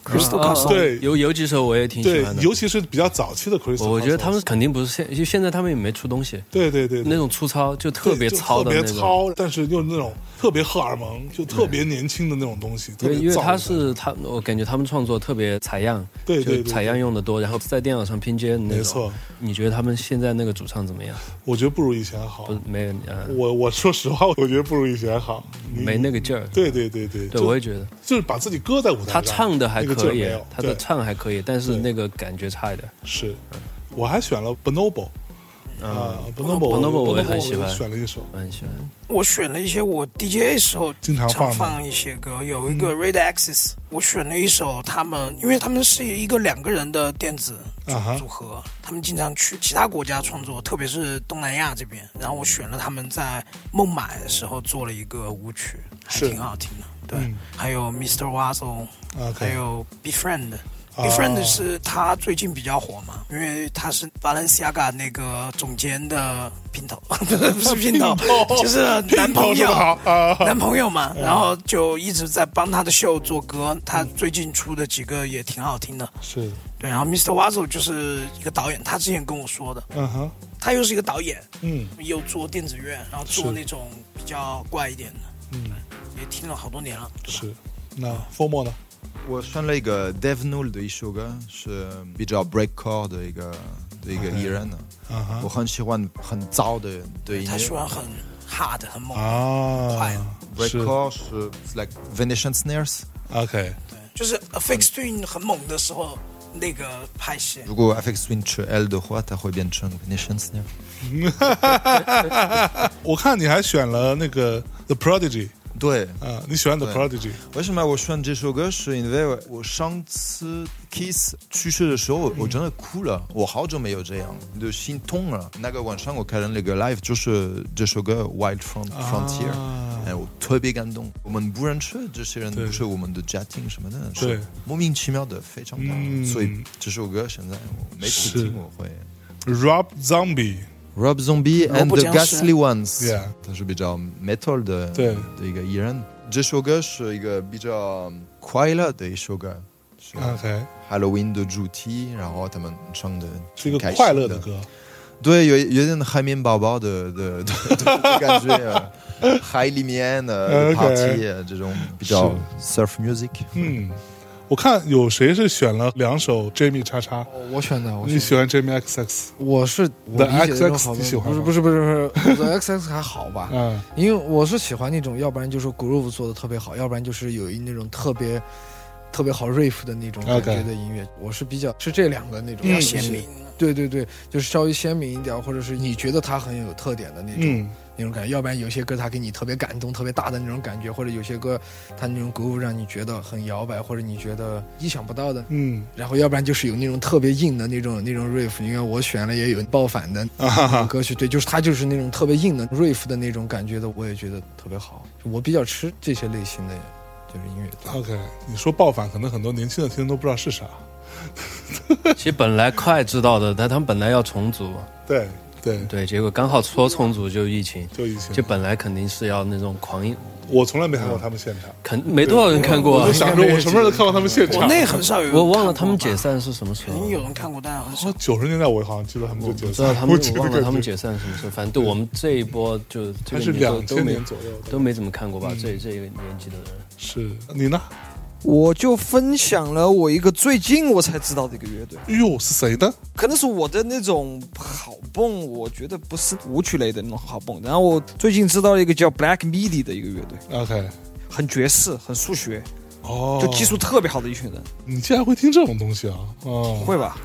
嗯，Crystal Castle，对有有几首我也挺喜啊对欢的，，尤其是比较早期的 Crystal Castles，我觉得他们肯定不是现，就现在他们也没出东西，对对对对那种粗糙就特别嗯对就糙的特那别种。糙，但是又那种特别荷尔蒙，就特别年轻的那种东西，特因为别因为燥他的是他，我感觉他们创作特别采样，对对对就采样用的多，然后在电脑上拼接的那种。没错，你觉得他们现在那个主唱怎么样？我觉得不如以前好不。，没有，呃，我我说实话，我觉得不如以前好。你没那个劲儿。对对对对，嗯对，就我也觉得就是把自己搁在舞台他上，唱的还那个劲儿可以没有，他的对唱还可以，但是对那个感觉差一点。是。我还选了 Bonobo 啊，Bonobo Bonobo 我也 Bonobo 很喜欢选了一首我很喜欢。我选了一些我 DJ 时候经常放的放一些歌，有一个 Red Axis，我选了一首他们，因为他们是一个两个人的电子啊哈组合，他们经常去其他国家创作，特别是东南亚这边。然后我选了他们在孟买的时候做了一个舞曲，还是嗯挺好听的。对，还有 Mr. Wazzle， OK 啊还有 Befriend。Befriend 是他最近比较火嘛，因为他是 Balenciaga 那个总监的姘头， 不是姘 头，就是男姘朋头友说得好啊 男朋友嘛，然后就一直在帮他的秀做歌，他最近出的几个也挺好听的。 是对，然后 Mr. Wazzle 就是一个导演，他之前跟我说的，嗯哼他又是一个导演，嗯又做电子乐，然后做是那种比较怪一点的，嗯也听了好多年了，对吧？是。那 Formo 呢？我选了一个 Dev Null 的一首歌，是比较 breakcore 的一个的一个艺人呢。啊我哈很喜欢很燥的的音他喜乐欢很 hard 很猛，快啊，是，breakcore 是 it's like Venetian snares。 OK 对，就是 Fix Twin 很猛的时候那个拍戏。如果 FX Twin 吃 L 的话，它会变成 Venetian snares。我看你还选了那个 The Prodigy 对，啊，你喜欢 The 对 Prodigy 为什么我选这首歌？是因为我上次 Kiss 去世的时候，我真的哭了，我好久没有这样，就心痛了。那个晚上我看了那个 live，就是这首歌《Wild Front Frontier》，哎，我特别感动。我们不认识这些人，对不是我们的家庭什么的，对是莫名其妙的非常感嗯动。所以这首歌现在我每次是听我会。 Rob Zombie。 Rob Zombie 萝 and 卜 the 僵尸 Ghastly Ones， Yeah 他是比较 metal 的对 euh, um, 的一个艺人。这首歌是一个比较快乐的一首歌，是 OK， Halloween 的主题，然后他们唱的是一个快乐的歌，对，有有点海绵宝宝的的的的 的感觉，呃海里面 Ah, 的 OK party 呃这种比较 surf music。嗯。我看有谁是选了两首 Jamie 叉叉，哦我选的，我你选喜欢 Jamie XX？我是我 The 理解的那种 XX 好你喜多，欢不是吗不是不是不是，The XX 还好吧？嗯因为我是喜欢那种，要不然就是 groove 做的特别好，要不然就是有一那种特别特别好 riff 的那种感 OK 觉的音乐。我是比较是这两个那种比较就是鲜明对对对，就是稍微鲜明一点，或者是你觉得它很有特点的那种、嗯那种感觉。要不然有些歌它给你特别感动、特别大的那种感觉，或者有些歌它那种 groove 让你觉得很摇摆，或者你觉得意想不到的。嗯然后要不然就是有那种特别硬的那种那种 riff，因为我选了也有爆反的啊那种歌曲，对，就是它就是那种特别硬的 riff 的那种感觉的，我也觉得特别好。我比较吃这些类型的就是音乐，对，OK，你说爆反，可能很多年轻的听众都不知道是啥。其实本来快知道的，但他们本来要重组，对对，对，结果刚好说重组就疫情，就以前就本来肯定是要那种狂硬，我从来没看过他们现场，肯没多少人看过、我啊就。想着嗯我什么时候能看过他们现场国？内很少有人我忘了他看过们解吧，散是什么时肯候定，有人看过，但很少。九十年代我好像记得他们就我解知道散，他们，记我得忘了他们就解散什么时候。反正对我们这一波就这还个是年代两都千没年左右嗯的。都没怎么看过吧，这这个年纪的人。是你呢？我就分享了我一个最近我才知道的一个乐队，哟，哎是谁的？可能是我的那种好蹦，我觉得不是舞曲类的那种好蹦。然后我最近知道了一个叫 Black Midi 的一个乐队， OK，很爵士，很数学，哦，就技术，特别好的一群人，你竟然会听这种东西啊？哦，会吧？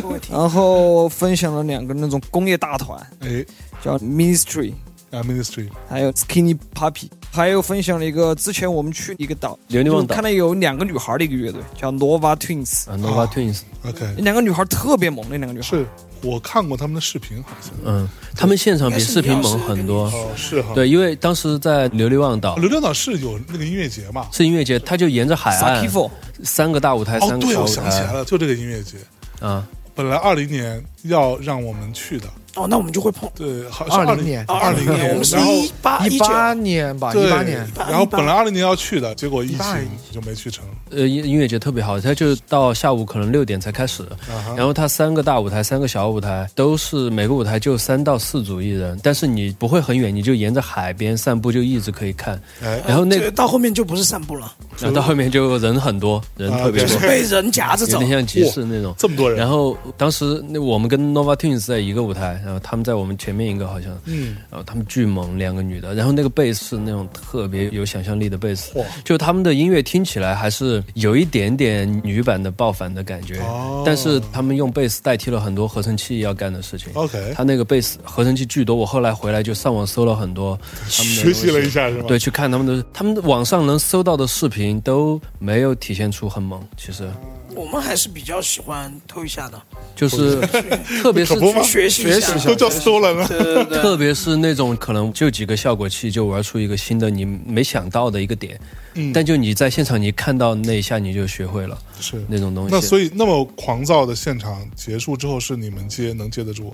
不会听然后分享了两个那种工业大团，哎叫 Ministry，啊，Ministry，还有 Skinny Puppy，还有分享了一个之前我们去一个岛，流利就旺是岛看到有两个女孩的一个乐队叫 Nova Twins，啊，Nova Twins， OK，那两个女孩特别萌，那两个女孩是我看过他们的视频，好像嗯，他们现场比视频猛很多。哦，是哈。啊对，因为当时在琉璃旺岛流浪岛是有那个音乐节嘛？是音乐节，他就沿着海 s a 岸 k i f o 三个大舞台，哦三，个对，小我舞想起来台了，就这个音乐节，啊，本来二零年要让我们去的，哦，那我们就会碰。对，好二零年二零 我年们，是然后啊一八九，一八年吧，对一八年，然后本来二零年要去的，结果疫18情就没去成。呃，音音乐节特别好，它就到下午可能六点才开始，啊然后它三个大舞台，三个小舞台，都是每个舞台就三到四组艺人，但是你不会很远，你就沿着海边散步就一直可以看，哎然后那这个到后面就不是散步了，然后到后面就人很多，人特别啊多就是，被人夹着 有走点。像集市那种。这么多人，然后当时那我们跟 Nova Twins 在一个舞台，然后他们在我们前面一个好像，嗯，然后他们巨猛，两个女的，然后那个贝斯那种特别有想象力的贝斯哇，就他们的音乐听起来还是有一点点女版的爆反的感觉，哦但是他们用贝斯代替了很多合成器要干的事情。 OK 他那个贝斯合成器巨多，我后来回来就上网搜了很多他们的学习东了西一下是吗？对，，去看他们的，他们网上能搜到的视频都没有体现出很猛，其实我们还是比较喜欢偷一下的，就是 特别是可不嘛学习一下。 都叫 stolen 了。对对对，特别是那种可能就几个效果器就玩出一个新的你没想到的一个点，嗯但就你在现场你看到那一下你就学会了是那种东西。那所以那么狂躁的现场结束之后，是你们接能接得住，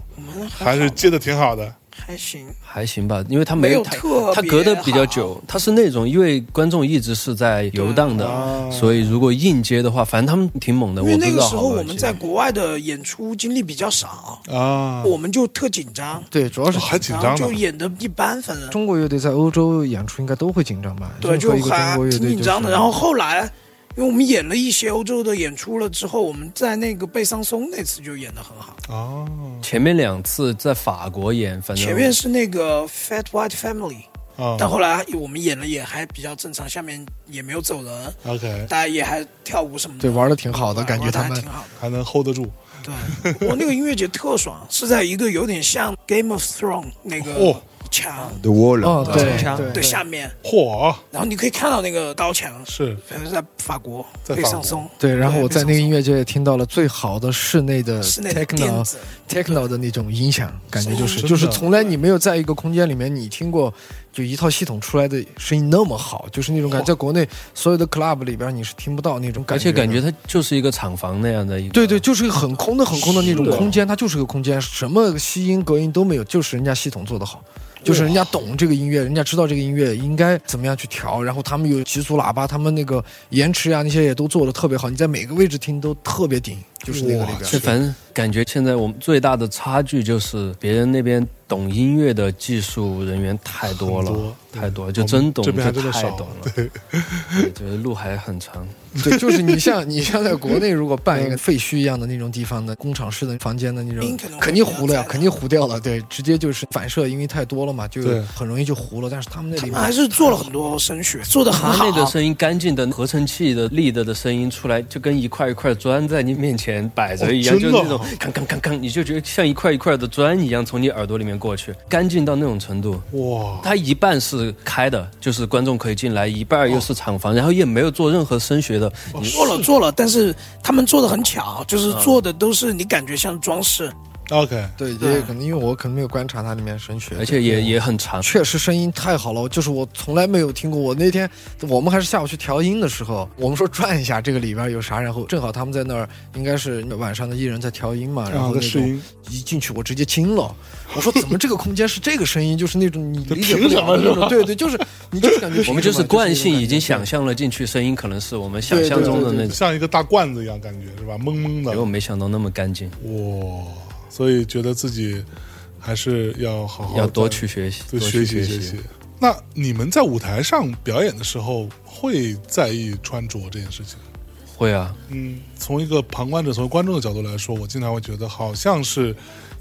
还是接的挺好的？还行。还行吧，因为它没有没有太特别它隔得比较久，它是那种因为观众一直是在游荡的，所以如果硬接的话，反正他们挺猛的，啊因我为不那知个道时好候不好我接们在国外的演出经历比较少，啊，我们就特紧张，对，主要是哦还紧然张后就呢。演的一般，反正中国乐队在欧洲演出应该都会紧张吧？对，任就何一个还中国乐队挺就是紧张的。然后后来，因为我们演了一些欧洲的演出了之后，我们在那个贝桑松那次就演的很好。哦，前面两次在法国演，反正前面是那个 Fat White Family，啊但后来我们演了也还比较正常，下面也没有走人， ，OK，大家也还跳舞什么的，对玩的挺好的，玩感觉玩得他还们挺好的。还能 hold 得住。对，我那个音乐节特爽，是在一个有点像 Game of Thrones 那个哦墙 The Wall，、哦，城墙对的下面，嚯，然后你可以看到那个刀墙，是反正是在法国在法贝国桑松。对，然后我在那个音乐乐节也听到了最好的室内的室内的呃 techno 电子， techno 的那种音响，感觉就是真的就是从来你没有在一个空间里面你听过就一套系统出来的声音那么好，就是那种感觉，在国内所有的 club 里边你是听不到那种感而觉且的，感觉它就是一个厂房那样的一个，对对，就是一个很空的、很空的那种空间，它就是个空间，什么吸音、隔音都没有，就是人家系统做得好，就是人家懂这个音乐，人家知道这个音乐应该怎么样去调，然后他们有几组喇叭，他们那个延迟啊呀、那些也都做得特别好，你在每个位置听都特别顶，就是那个里这边。反正感觉现在我们最大的差距就是别人那边懂音乐的技术人员太多了，很多太多了，就真懂，这边还真的太少懂了，对，就是路还很长。对，就是 你像你像在国内，如果办一个废墟一样的那种地方的工厂式的房间的那种音可能，会肯定糊了呀比较，肯定糊掉了。对，直接就是反射，因为太多了嘛，就对很容易就糊了。但是他们那里面还是做了很多声学，做的很它好。那个声音干净的合成器的立的的声音出来，就跟一块一块砖在你面前摆着一样，哦就真是的那种吭吭吭吭，你就觉得像一块一块的砖一样从你耳朵里面过去，干净到那种程度。哇，它一半是开的，就是观众可以进来，一半又是厂房，然后也没有做任何声学的，你做了做了，但是他们做的很巧，就是做的都是你感觉像装饰， OK，对，也有可能因为我可能没有观察它里面声学，而且也也很长。确实声音太好了，就是我从来没有听过。我那天我们还是下午去调音的时候，我们说转一下这个里边有啥，然后正好他们在那儿，应该是晚上的艺人在调音嘛，然后啊在那试种音，一进去我直接惊了，我说怎么这个空间是这个声音，就是那种你理解不凭什了么的是吧那种，对对，就是你就是感觉凭什么我们就是惯性已经就是那种感觉想象了进去，声音可能是我们想对象中的那种，像一个大罐子一样感觉是吧？蒙蒙的结，果没想到那么干净，哇，所以觉得自己还是要好好要多再去学习，对多学去习学学习。。那你们在舞台上表演的时候会在意穿着这件事情？会啊，嗯，从一个旁观者、从观众的角度来说，我经常会觉得好像是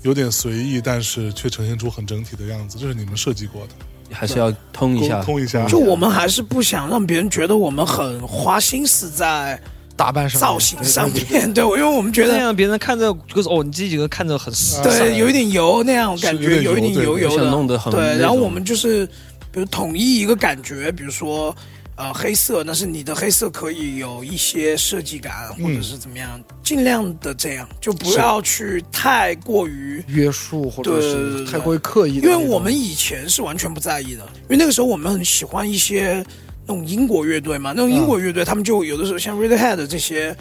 有点随意，但是却呈现出很整体的样子，这是你们设计过的。还是要通一下沟。通一下，就我们还是不想让别人觉得我们很花心思在打扮上面造型上面， 对，我因为我们觉那得样别人看着就是哦，你自己看着很时呃尚对有一点油那样，我感觉有有一点点油油对油像弄得很那对，种然后我们就是比如统一一个感觉，比如说。呃，黑色，但是你的黑色可以有一些设计感，或嗯者是怎么样，尽量的这样，就不要去太过于约束或者对是太过于刻意的因那为种，我们以前是完全不在意的，因为那个时候我们很喜欢一些那种英国乐队嘛，那种英国乐队他们就有的时候像 Radiohead 这些，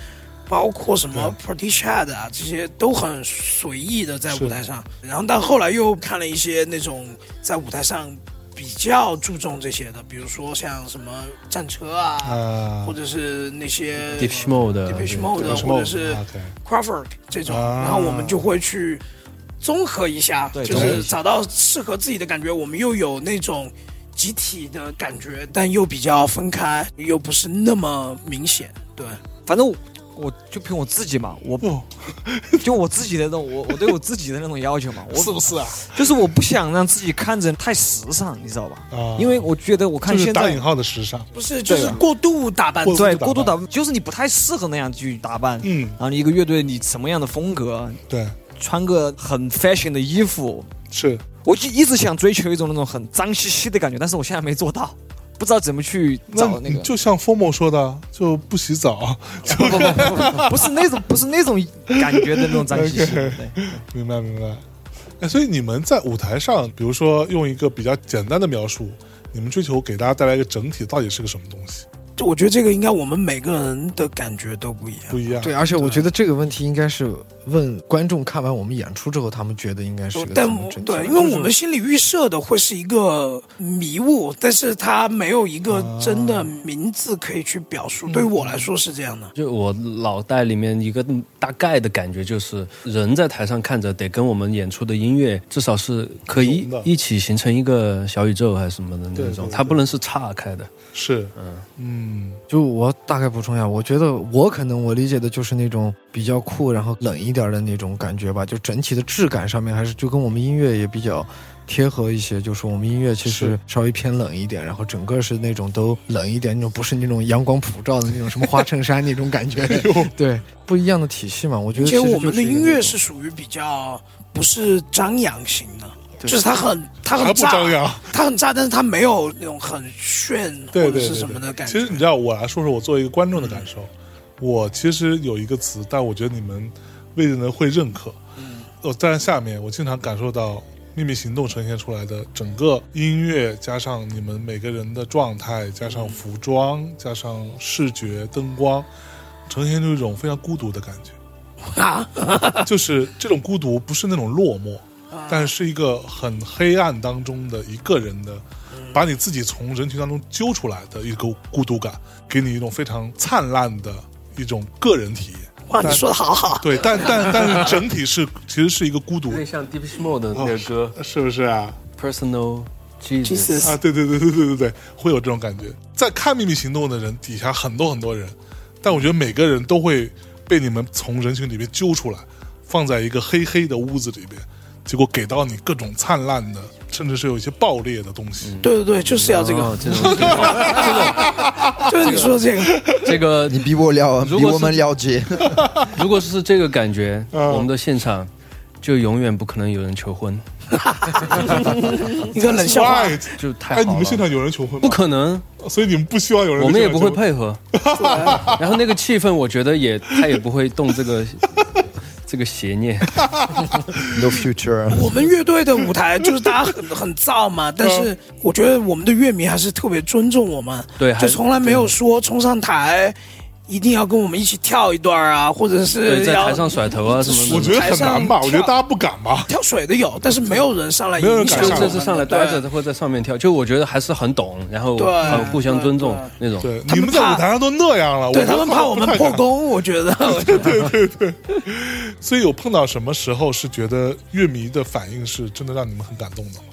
包括什么 Portishead 啊这些都很随意的在舞台上，然后但后来又看了一些那种在舞台上比较注重这些的，比如说像什么战车啊，啊或者是那些 Depeche Mode 的 Depeche Mode 的什或么者是 OK Crawford 这种，啊然后我们就会去综合一下，就综合啊是找到适合自己的感觉。我们又有那种集体的感觉，但又比较分开，又不是那么明显。对，反正我我就凭我自己嘛，我不、哦 就我自己的那种，我我对我自己的那种要求嘛，我 是不是啊？就是我不想让自己看着太时尚，你知道吧？啊因为我觉得我看就是现打在引号的时尚，不是就是对啊过度打扮自己。对过过度度打打扮，就是你不太适合那样去打扮。嗯然后你一个乐队，你什么样的风格，对，穿个很 fashion 的衣服，是我就一直想追求一种那种很脏兮兮的感觉，但是我现在没做到，不知道怎么去找那你个。就像 Formo 说的，就不洗澡， 就不不不不不，不是那种不是那种感觉的那种脏兮 兮的。对明白明白。哎，所以你们在舞台上，比如说用一个比较简单的描述，你们追求给大家带来一个整体，到底是个什么东西？就我觉得这个应该我们每个人的感觉都不一样。不一样。对，啊而且我觉得这个问题应该是问观众看完我们演出之后，他们觉得应该是个但怎么我整体对，的因为我们心里预设的会是一个迷雾，但是它没有一个啊真的名字可以去表述。嗯对于我来说是这样的。就我脑袋里面一个大概的感觉，就是人在台上看着，得跟我们演出的音乐至少是可以融的一起形成一个小宇宙还是什么的对那对种，对它不能是岔开的。是，嗯嗯就我大概补充一下，我觉得我可能我理解的就是那种比较酷，然后冷一点的那种感觉吧。就整体的质感上面，还是就跟我们音乐也比较贴合一些。就是我们音乐其实是稍微偏冷一点，然后整个是那种都冷一点，那种不是那种阳光普照的那种什么花衬衫那种感觉。对，不一样的体系嘛。我觉得而其且实我们就的一个音乐那是种属于比较不是张扬型的，就是它很它还很不炸，张扬它很炸，但是它没有那种很炫对或对对者是什对么的感其觉实。你知道，我来说说我作为一个观众的感受。我其实有一个嗯呃词，但我觉得你们未必能会认可。我站在下面，我经常感受到秘密行动呈现出来的整个音乐，加上你们每个人的状态，加嗯上服装，加上视觉、灯光，呈现出一种非常孤独的感觉。啊，啊就是这种孤独不是那种落寞，但是一个很黑暗当中的一个人的，把你自己从人群当中揪出来的一个孤独感，给你一种非常灿烂的一种个人体验。哇，你说的好啊好，对，但但但是整体是其实是一个孤独有，点像 Deep Mode 的那个歌是不是啊？ Personal Jesus，啊，对对对对对对对，会有这种感觉。在看《秘密行动》的人底下很多很多人，但我觉得每个人都会被你们从人群里面揪出来，放在一个黑黑的屋子里边，结果给到你各种灿烂的，甚至是有一些爆裂的东西。对对对，就是要这个，哦这种啊就是你说的 这个，这个你比我了，如比果是我们了解。 如果是这个感觉，啊我们的现场就永远不可能有人求婚，一个冷笑话。 Right，就嗯太好哎，了。你们现场有人求婚吗不，可能，所以你们不希望有人。我们也不会。配合。 然后那个气氛，我觉得也他也不会动这个 这个邪念。 No future，我们乐队的舞台就是大家很很燥嘛，但嗯是我觉得我们的乐迷还是特别尊重我们，对还就从来没有说冲上台一定要跟我们一起跳一段啊，或者对，是在要台上甩头啊什嗯么我的。觉得很难吧？台上我觉得大家不敢吧？跳水的有，但是没有人上来没有人影响敢就上我这们次上来对待着，会在上面跳，就我觉得还是很懂，然后对很互相尊重那种。对，他们你们在怕舞台上都那样了，对我觉他得们不怕我们太破敢功，我觉得。所以有碰到什么时候是觉得乐迷的反应是真的让你们很感动的吗？嗯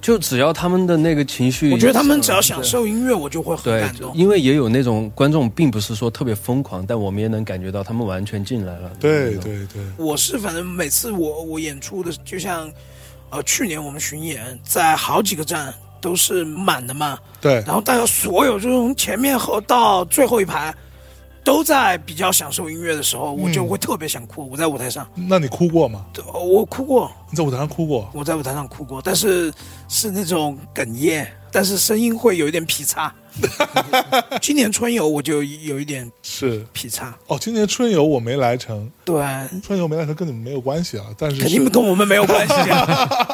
就只要他们的那个情绪，我觉得他们只要享受音乐，我就会很对感，动。因为也有那种观众并不是说特别疯狂，但我们也能感觉到他们完全进来了。那对种，对对，我是反正每次我我演出的，就像呃去年我们巡演，在好几个站都是满的嘛，对然后大家所有就是从前面和到最后一排。都在比较享受音乐的时候，我就会特别想哭。我在舞台上，那你哭过吗？呃我哭过，你在舞台上哭过？我在舞台上哭过，但是是那种哽咽，但是声音会有一点劈叉。 今年春游我就有一点是劈叉，哦，今年春游我没来成，对，啊春游没来成跟你们没有关系啊，但是肯是定跟我们没有关系、啊。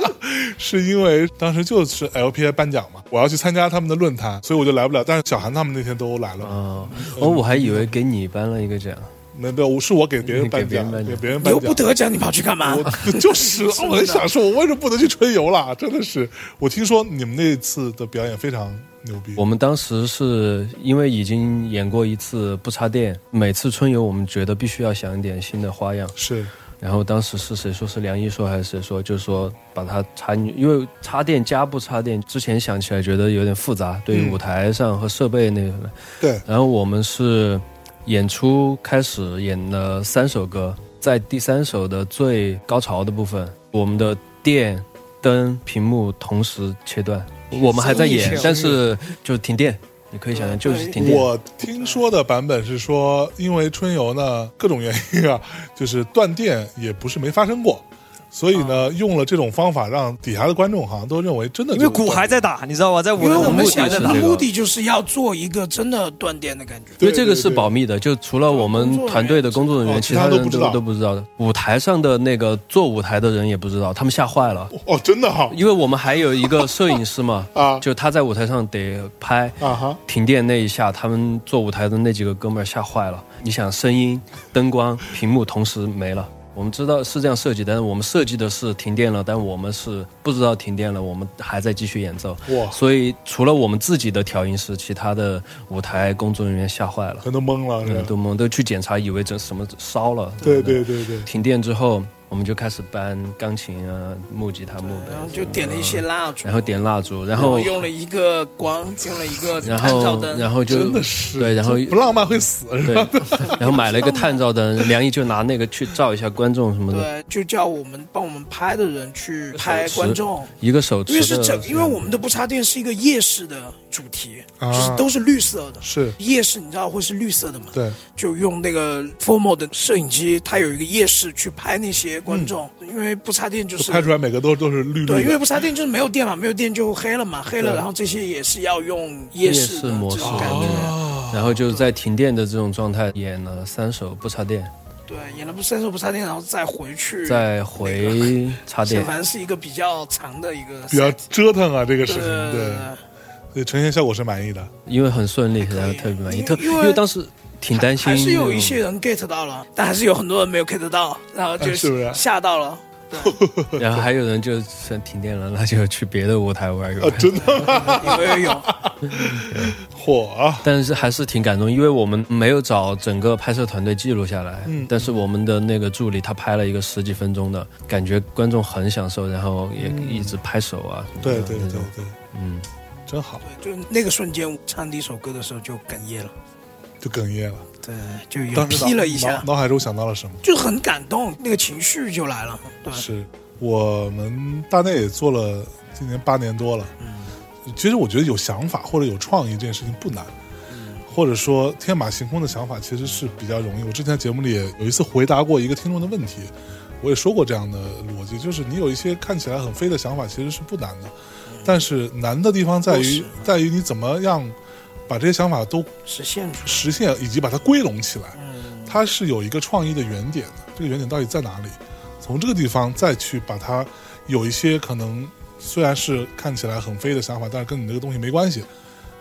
是因为当时就是 LPI 颁奖嘛，我要去参加他们的论坛，所以我就来不了。但是小韩他们那天都来啊了，哦，哦，我还以为给你颁了一个奖，没没有，我是我给别人你给颁别奖人，颁给奖别人你 颁又奖不。得奖，你跑去干嘛？我 就是，啊 我很想说，我为什么不能去春游啦？真的是，我听说你们那次的表演非常牛逼。我们当时是因为已经演过一次不插电，每次春游我们觉得必须要想一点新的花样。是然后当时是谁说是梁毅说还是谁说，就是说把它插进去，因为插电加不插电，之前想起来觉得有点复杂，对于嗯舞台上和设备那个。对然后我们是演出开始演了三首歌，在第三首的最高潮的部分，我们的电、灯、屏幕同时切断，我们还在演，但是就停电，你可以想象就是停电。我听说的版本是说，因为春游呢各种原因啊， 就是断电也不是没发生过，所以啊呢、用了这种方法让底下的观众好像都认为真的因为就鼓还在打，你知道吧？在舞因为台我上们鼓想还在的打，目的就是要做一个真的断电的感觉。因为对这个是对保密的，就除了我们团队的工作人哦员，其其他他都人不知道都都不知道的。舞台上的那个做舞台的人也不知道，他们吓坏了。哦，真的哈，因为我们还有一个摄影师嘛啊就他在舞台上得拍，啊哈，停电那一下，他们做舞台的那几个哥们儿吓坏了。你想，声音、灯光、屏幕同时没了。我们知道是这样设计，但是我们设计的是停电了，但我们是不知道停电了，我们还在继续演奏。哇所以除了我们自己的调音师，其他的舞台工作人员吓坏了，全都懵了，是嗯吧？都懵，都去检查，以为这什么烧了。对对对对，停电之后，我们就开始搬钢琴啊、木吉他、木然后贝，就点了一些蜡烛，然后点蜡烛，然然后后用了一个光，用了一个然探照后灯，然后就真的是对，然后不浪漫会死是吧？对， 然后买了一个探照灯，梁毅就拿那个去照一下观众什么的，对，就叫我们帮我们拍的人去拍观众。一个手持因的，为是整，因为我们的不插电是一个夜市的主题，啊就是都是绿色的。是夜市你知道会是绿色的嘛？对，就用那个 Formo 的摄影机，它有一个夜视去拍那些观众，因为不插电就是拍出来每个都都是绿绿对，因为的，不插电就是没有电嘛，没有电就黑了嘛，黑了，然后这些也是要用夜视夜的视模式哦哦这种感觉。然后就是在停电的这种状态演了三首不插电，对，演了部伸手不插电，然后再回去，再回插这电。反正是一个比较长的一个 set，比较折腾啊，这个事情对对对对，所以呈现效果是满意的。因为很顺利，可以然后特别满意。因为特因为因为当时挺担心，还是有一些人 get 到了，但还是有很多人没有 get 到，然后就是啊不是吓到了。 嗯，然后还有人就想停电了，那就去别的舞台玩一啊玩。，真的吗？有有有，火啊！但是还是挺感动，因为我们没有找整个拍摄团队记录下来，嗯但是我们的那个助理他拍了一个十几分钟的，感觉观众很享受，然后也一直拍手啊，什么对的对那对种，对，嗯，真好，对，就那个瞬间唱第一首歌的时候就哽咽了，就哽咽了。对，就有当时脑劈了一下，脑脑海中想到了什么？就很感动，那个情绪就来了。对，是我们大内也做了，今年八年多了。其实我觉得有想法或者有创意这件事情不难，或者说天马行空的想法其实是比较容易。我之前节目里也有一次回答过一个听众的问题，我也说过这样的逻辑，就是你有一些看起来很飞的想法，其实是不难的，但是难的地方在落于实在于你怎么样把这些想法都实现出来。实现以及把它归拢起来。它是有一个创意的原点的，这个原点到底在哪里？从这个地方再去把它有一些可能虽然是看起来很飞的想法，但是跟你这个东西没关系，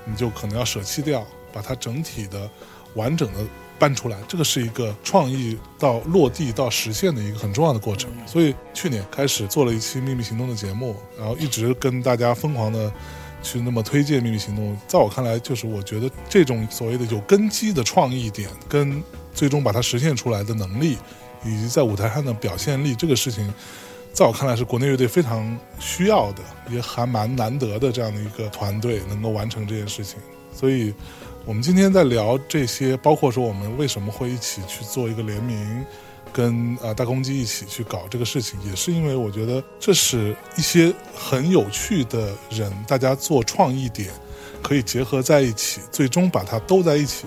你就可能要舍弃掉，把它整体的完整的搬出来。这个是一个创意到落地到实现的一个很重要的过程。所以去年开始做了一期《秘密行动》的节目，然后一直跟大家疯狂的。去那么推荐《秘密行动》，在我看来，就是我觉得这种所谓的有根基的创意点，跟最终把它实现出来的能力，以及在舞台上的表现力，这个事情，在我看来是国内乐队非常需要的，也还蛮难得的这样的一个团队能够完成这件事情。所以，我们今天在聊这些，包括说我们为什么会一起去做一个联名。跟啊、呃大公鸡一起去搞这个事情，也是因为我觉得这是一些很有趣的人，大家做创意点可以结合在一起，最终把它兜在一起，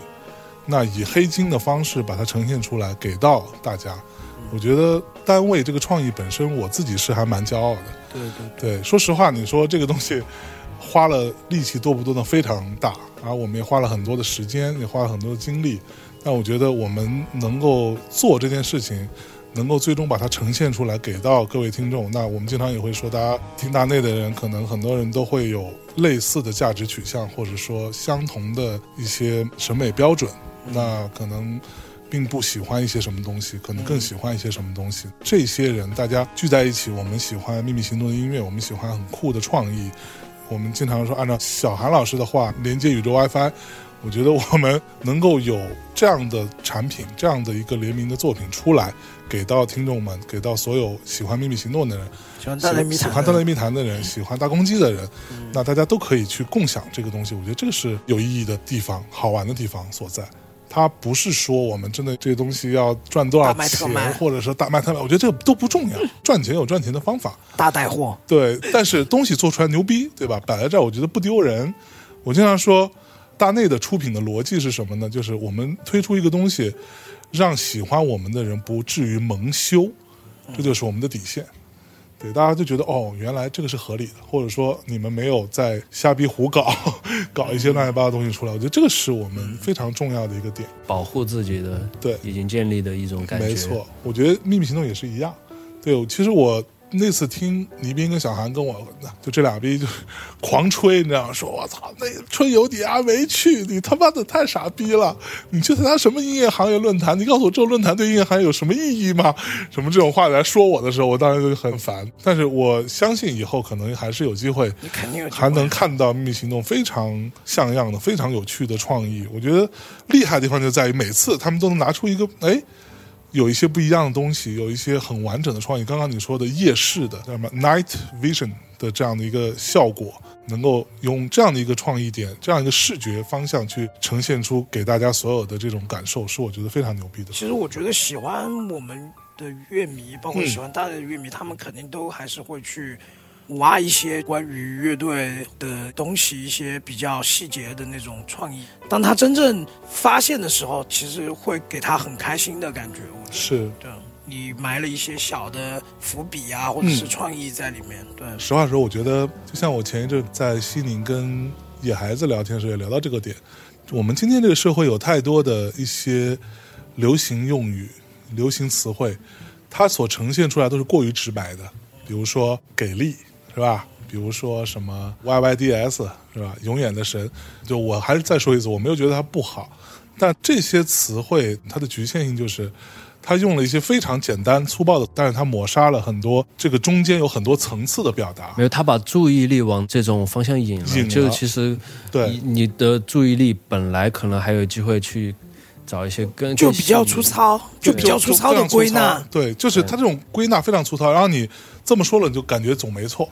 那以黑金的方式把它呈现出来，给到大家。我觉得单位这个创意本身，我自己是还蛮骄傲的。对对对，说实话，你说这个东西花了力气多不多呢？非常大，然后我们也花了很多的时间，也花了很多的精力。但我觉得我们能够做这件事情，能够最终把它呈现出来，给到各位听众。那我们经常也会说，大家听大内的人，可能很多人都会有类似的价值取向，或者说相同的一些审美标准。那可能并不喜欢一些什么东西，可能更喜欢一些什么东西。这些人大家聚在一起，我们喜欢秘密行动的音乐，我们喜欢很酷的创意。我们经常说，按照小韩老师的话，连接宇宙 WiFi。我觉得我们能够有这样的产品，这样的一个联名的作品出来，给到听众们，给到所有喜欢秘密行动的人，喜欢大内密喜探，欢大内密谈的嗯人，喜欢大公鸡的人，那大家都可以去共享这个东西。我觉得这个是有意义的地方，好玩的地方所在。它不是说我们真的这东西要赚多少大卖特卖钱，或者是大卖特卖，我觉得这个都不重要。赚钱有赚钱的方法，大带货，对，但是东西做出来牛逼，对吧？摆在这儿，我觉得不丢人。我经常说，大内的出品的逻辑是什么呢？就是我们推出一个东西，让喜欢我们的人不至于蒙羞，这就是我们的底线。对，大家就觉得哦，原来这个是合理的，或者说你们没有在瞎逼胡搞， 搞一些乱七八糟的东西出来。我觉得这个是我们非常重要的一个点。保护自己的对已经建立的一种感觉，没错，我觉得《秘密行动》也是一样。对，我其实我那次听倪斌跟小韩跟我，就这俩逼就是狂吹，你知道吗？说我操，那春游你还没去，你他妈的太傻逼了！你去参加什么音乐行业论坛？你告诉我，这个论坛对音乐行业有什么意义吗？什么这种话来说我的时候，我当时就很烦。但是我相信以后可能还是有机会，你肯定有机会还能看到《秘密行动》非常像样的、非常有趣的创意。我觉得厉害的地方就在于每次他们都能拿出一个哎。有一些不一样的东西，有一些很完整的创意。刚刚你说的夜视的叫什么 night vision 的这样的一个效果，能够用这样的一个创意点，这样一个视觉方向去呈现出给大家所有的这种感受，是我觉得非常牛逼的。其实我觉得喜欢我们的乐迷，包括喜欢大内的乐迷，他们肯定都还是会去挖一些关于乐队的东西，一些比较细节的那种创意。当他真正发现的时候，其实会给他很开心的感觉。我觉得是，对，你埋了一些小的伏笔啊，或者是创意在里面。对，实话说，我觉得就像我前一阵在西宁跟野孩子聊天的时候也聊到这个点，我们今天这个社会有太多的一些流行用语，流行词汇，它所呈现出来都是过于直白的，比如说给力，是吧？比如说什么 YYDS 是吧？永远的神，就我还是再说一次，我没有觉得它不好，但这些词汇它的局限性就是，它用了一些非常简单粗暴的，但是它抹杀了很多这个中间有很多层次的表达没。有，他把注意力往这种方向引了，引了就其实对你你的注意力本来可能还有机会去找一些更就比较粗，糙，就比较粗糙的归纳。对，就是它这种归纳非常粗糙，然后你这么说了，你就感觉总没错，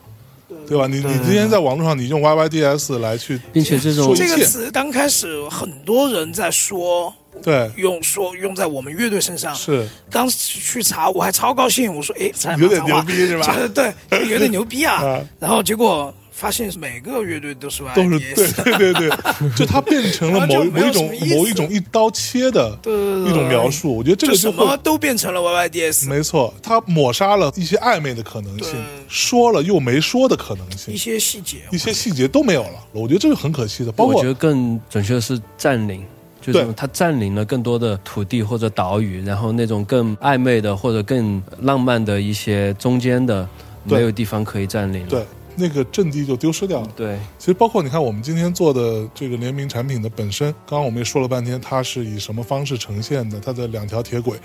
对吧？你你今天在网络上，你用 YYDS 来去并且这种说这一个切，词刚开始很多人在说，对，用说用在我们乐队身上。是当时去查，我还超高兴，我说哎，咱有点咱们牛逼是吧这 对，这有点牛逼 啊啊。然后结果发现每个乐队都是都是 YDS 对对对对，就它变成了然后就某没某有一种什么意思某一种一刀切的一种描述，我觉得这就个就什会么都变成了 YYDS，没错，它抹杀了一些暧昧的可能性对，说了又没说的可能性一，些细节一些细节都没有了，我觉得这是很可惜的。包我括觉得更准确的是占领。就是对他占领了更多的土地或者岛屿，然后那种更暧昧的或者更浪漫的一些中间的对没有地方可以占领了。对那个阵地就丢失掉了。对，其实包括你看，我们今天做的这个联名产品的本身，刚刚我们也说了半天，它是以什么方式呈现的？它的两条铁轨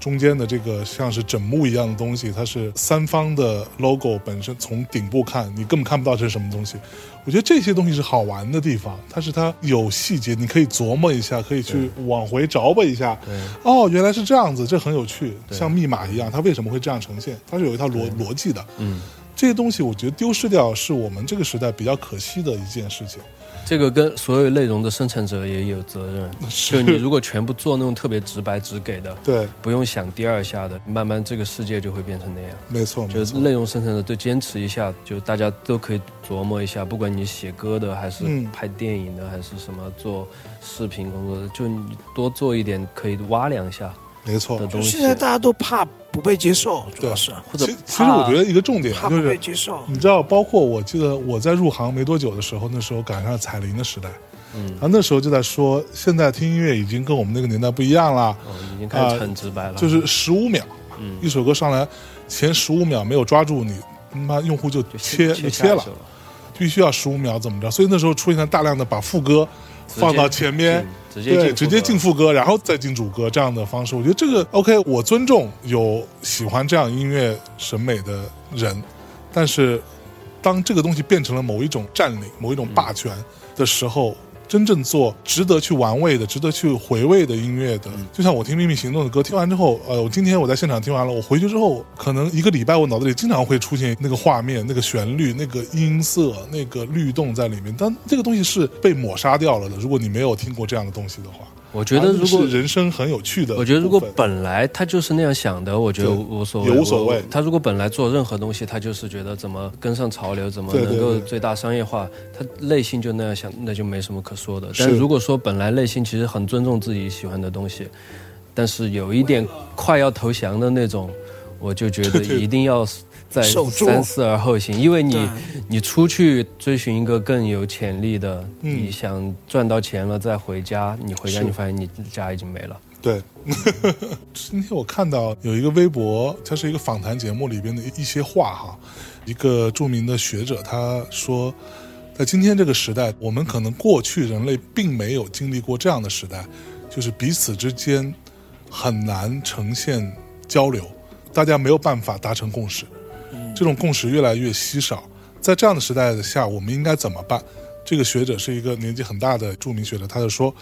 中间的这个像是枕木一样的东西，它是三方的 logo 本身，从顶部看你根本看不到这是什么东西。我觉得这些东西是好玩的地方，它是它有细节，你可以琢磨一下，可以去往回找吧一下。哦，原来是这样子，这很有趣，像密码一样，它为什么会这样呈现？它是有一套逻逻辑的。嗯。这些东西我觉得丢失掉是我们这个时代比较可惜的一件事情。这个跟所有内容的生产者也有责 任。是就你如果全部做那种特别直白直给的，对，不用想第二下的，慢慢这个世界就会变成那样。没错，就没是错。内容生产者对坚持一下，就大家都可以琢磨一下，不管你写歌的还是嗯拍电影的，还是什么做视频工作的，就你多做一点可以挖两下没错的。东西现。在大家都怕不被接受，主要是或者其其实我觉得一个重点怕就不被是，接受。你知道，包括我记得我在入行没多久的时候，那时候赶上了彩铃的时代，嗯，然后那时候就在说，现在听音乐已经跟我们那个年代不一样了，哦已经开始很直白了，啊就是十五秒，一首歌上来前十五秒没有抓住你，他妈用户就就切切切下一了首，了，必须要十五秒怎么着？所以那时候出现了大量的把副歌放到前面，直接对，进直接进副副歌，然后再进主歌这样的方式，我觉得这个 OK，我尊重有喜欢这样音乐审美的人，但是当这个东西变成了某一种占领、某一种嗯霸权的时候。真正做值得去玩味的、值得去回味的音乐的，嗯就像我听《秘密行动》的歌，听完之后，呃，我今天我在现场听完了，我回去之后，可能一个礼拜我脑子里经常会出现那个画面、那个旋律、那个音色、那个律动在里面，但这个东西是被抹杀掉了的。如果你没有听过这样的东西的话，歌。我觉得如反果啊正是人生很有趣的部分，呃我觉得如果本来他就是那样想的，我觉得对无所谓，也无所谓我他如果本来做任何东西，他就是觉得怎么跟上潮流，怎么对对能够对最大商业化，他内心就那样想，那就没什么可说的。但是如果说本来内心其实很尊重自己喜欢的东西，但是有一点快要投降的那种，我就觉得一定要。在守住三思而后行，因为你对你出去追寻一个更有潜力的，嗯你想赚到钱了再回家，你回家是你发现你家已经没了。对。 今天我看到有一个微博，它是一个访谈节目里边的一些话哈，一个著名的学者他说，在今天这个时代，我们可能过去人类并没有经历过这样的时代，就是彼此之间很难呈现交流，大家没有办法达成共识，嗯这种共识越来越稀少。在这样的时代下，我们应该怎么办？这个学者是一个年纪很大的著名学者，他就说：“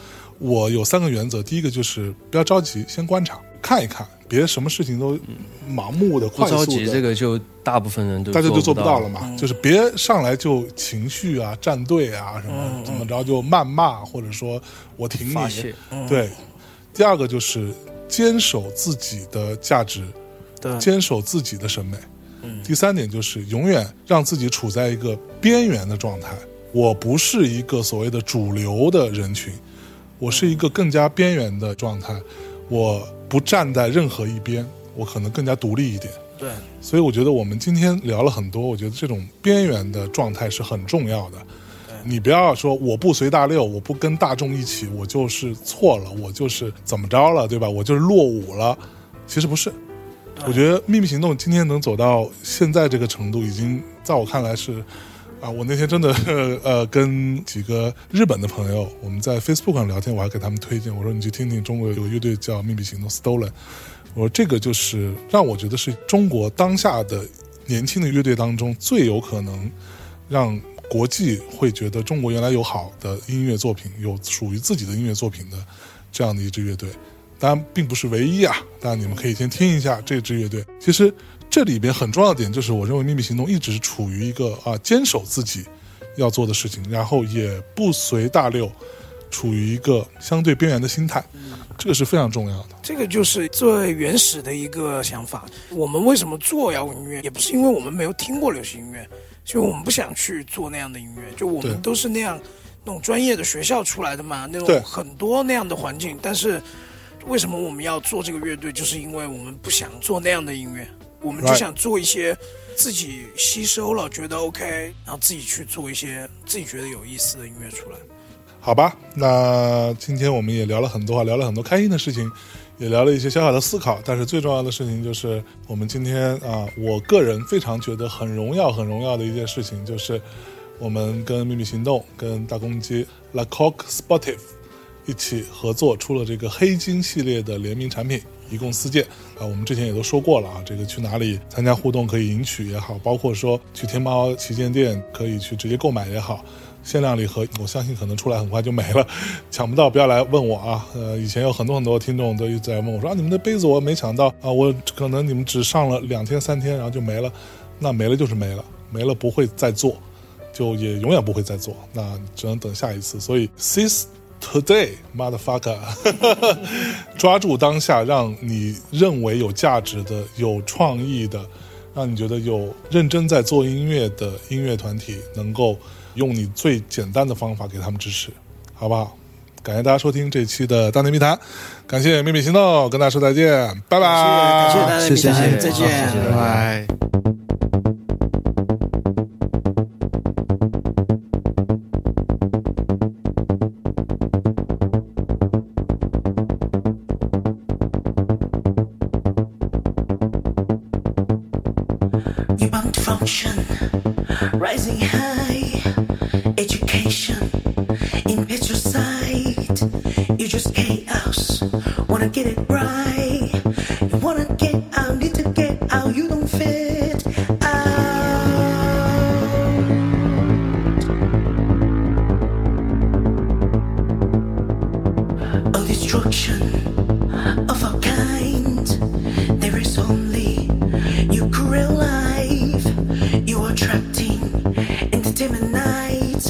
我有三个原则，第一个就是不要着急，先观察，看一看，别什么事情都盲目的、嗯不快着速的。急，这个就大部分人都大家就做不到嗯了。了嘛，就是别上来就情绪啊、站队啊什么怎么着就谩骂，或者说我挺发泄嗯你，对。第二个就是坚守自己的价值，对坚守自己的审美。第三点就是永远让自己处在一个边缘的状态。我不是一个所谓的主流的人群，我是一个更加边缘的状态。我不站在任何一边，我可能更加独立一点。对，所以我觉得我们今天聊了很多，我觉得这种边缘的状态是很重要的。你不要说我不随大流，我不跟大众一起，我就是错了，我就是怎么着了，对吧？我就是落伍了，其实不是。我觉得《秘密行动》今天能走到现在这个程度，已经在我看来是，啊，我那天真的 呃跟几个日本的朋友，我们在 Facebook 上聊天，我还给他们推荐，我说你去听听中国有个乐队叫《秘密行动》（Stolen），我说这个就是让我觉得是中国当下的年轻的乐队当中最有可能让国际会觉得中国原来有好的音乐作品，有属于自己的音乐作品的这样的一支乐队。当然并不是唯一啊，但你们可以先听一下这支乐队。其实这里边很重要的点就是，我认为《秘密行动》一直是处于一个啊坚守自己要做的事情，然后也不随大流，处于一个相对边缘的心态，这个是非常重要的。这个就是最原始的一个想法。我们为什么做摇滚音乐，也不是因为我们没有听过流行音乐，就我们不想去做那样的音乐，就我对们都是那样那种专业的学校出来的嘛，那对种很多那样的环境。但是为什么我们要做这个乐队，就是因为我们不想做那样的音乐，我们就 Right 想做一些自己吸收了觉得 OK，然后自己去做一些自己觉得有意思的音乐出来。好吧，那今天我们也聊了很多啊，聊了很多开心的事情，也聊了一些小小的思考。但是最重要的事情就是，我们今天啊，我个人非常觉得很荣耀、很荣耀的一件事情，就是我们跟秘密行动、跟大公鸡 La Coq Sportive 一起合作出了这个黑金系列的联名产品，一共四件啊。我们之前也都说过了啊，这个去哪里参加互动可以赢取也好，包括说去天猫旗舰店可以去直接购买也好。限量礼盒，我相信可能出来很快就没了，抢不到不要来问我啊。 呃，以前有很多很多听众都一直在问我说啊，你们的杯子我没抢到啊，我可能你们只上了两天三天，然后就没了，那没了就是没了，没了不会再做，就也永远不会再做，那只能等下一次。所以，sis today motherfucker，抓住当下，让 你认为有价值的、有创意的，让你觉得有认真在做音乐的音乐团体，能够用你最简单的方法给他们支持，好不好？感谢大家收听这期的《大内密谈》，感谢秘密行动，跟大家说再见，拜拜。感谢大家的谢谢聆听谢谢再见。拜拜。 Bound function, rising high, education, in side. You just chaos, wanna get it right. You wanna get out, need to get out, you don't fit Ah. out. All destruction of our kind. There is only you cruel life. You are trapped in entertainment night.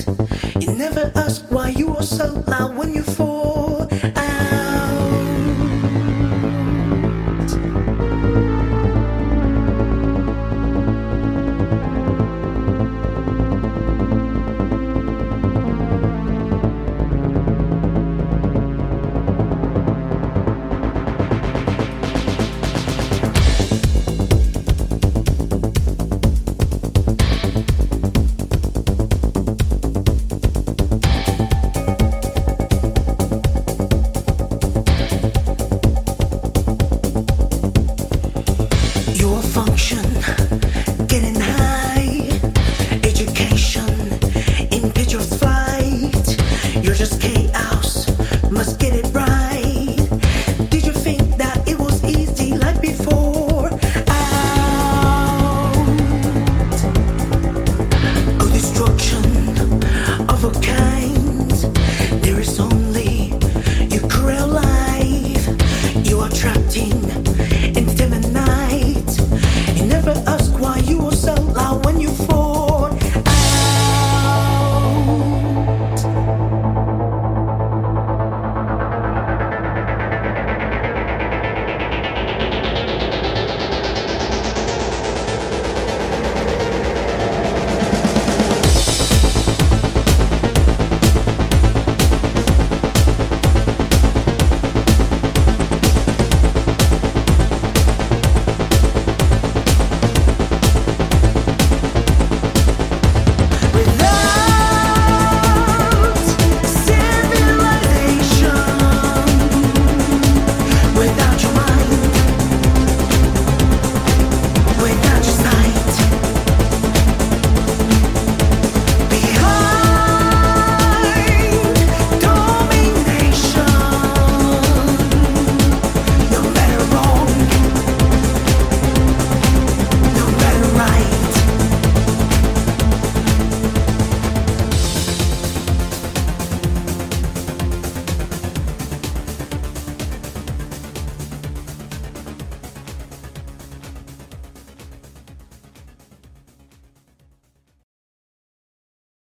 You never ask why you are so loud when you fall.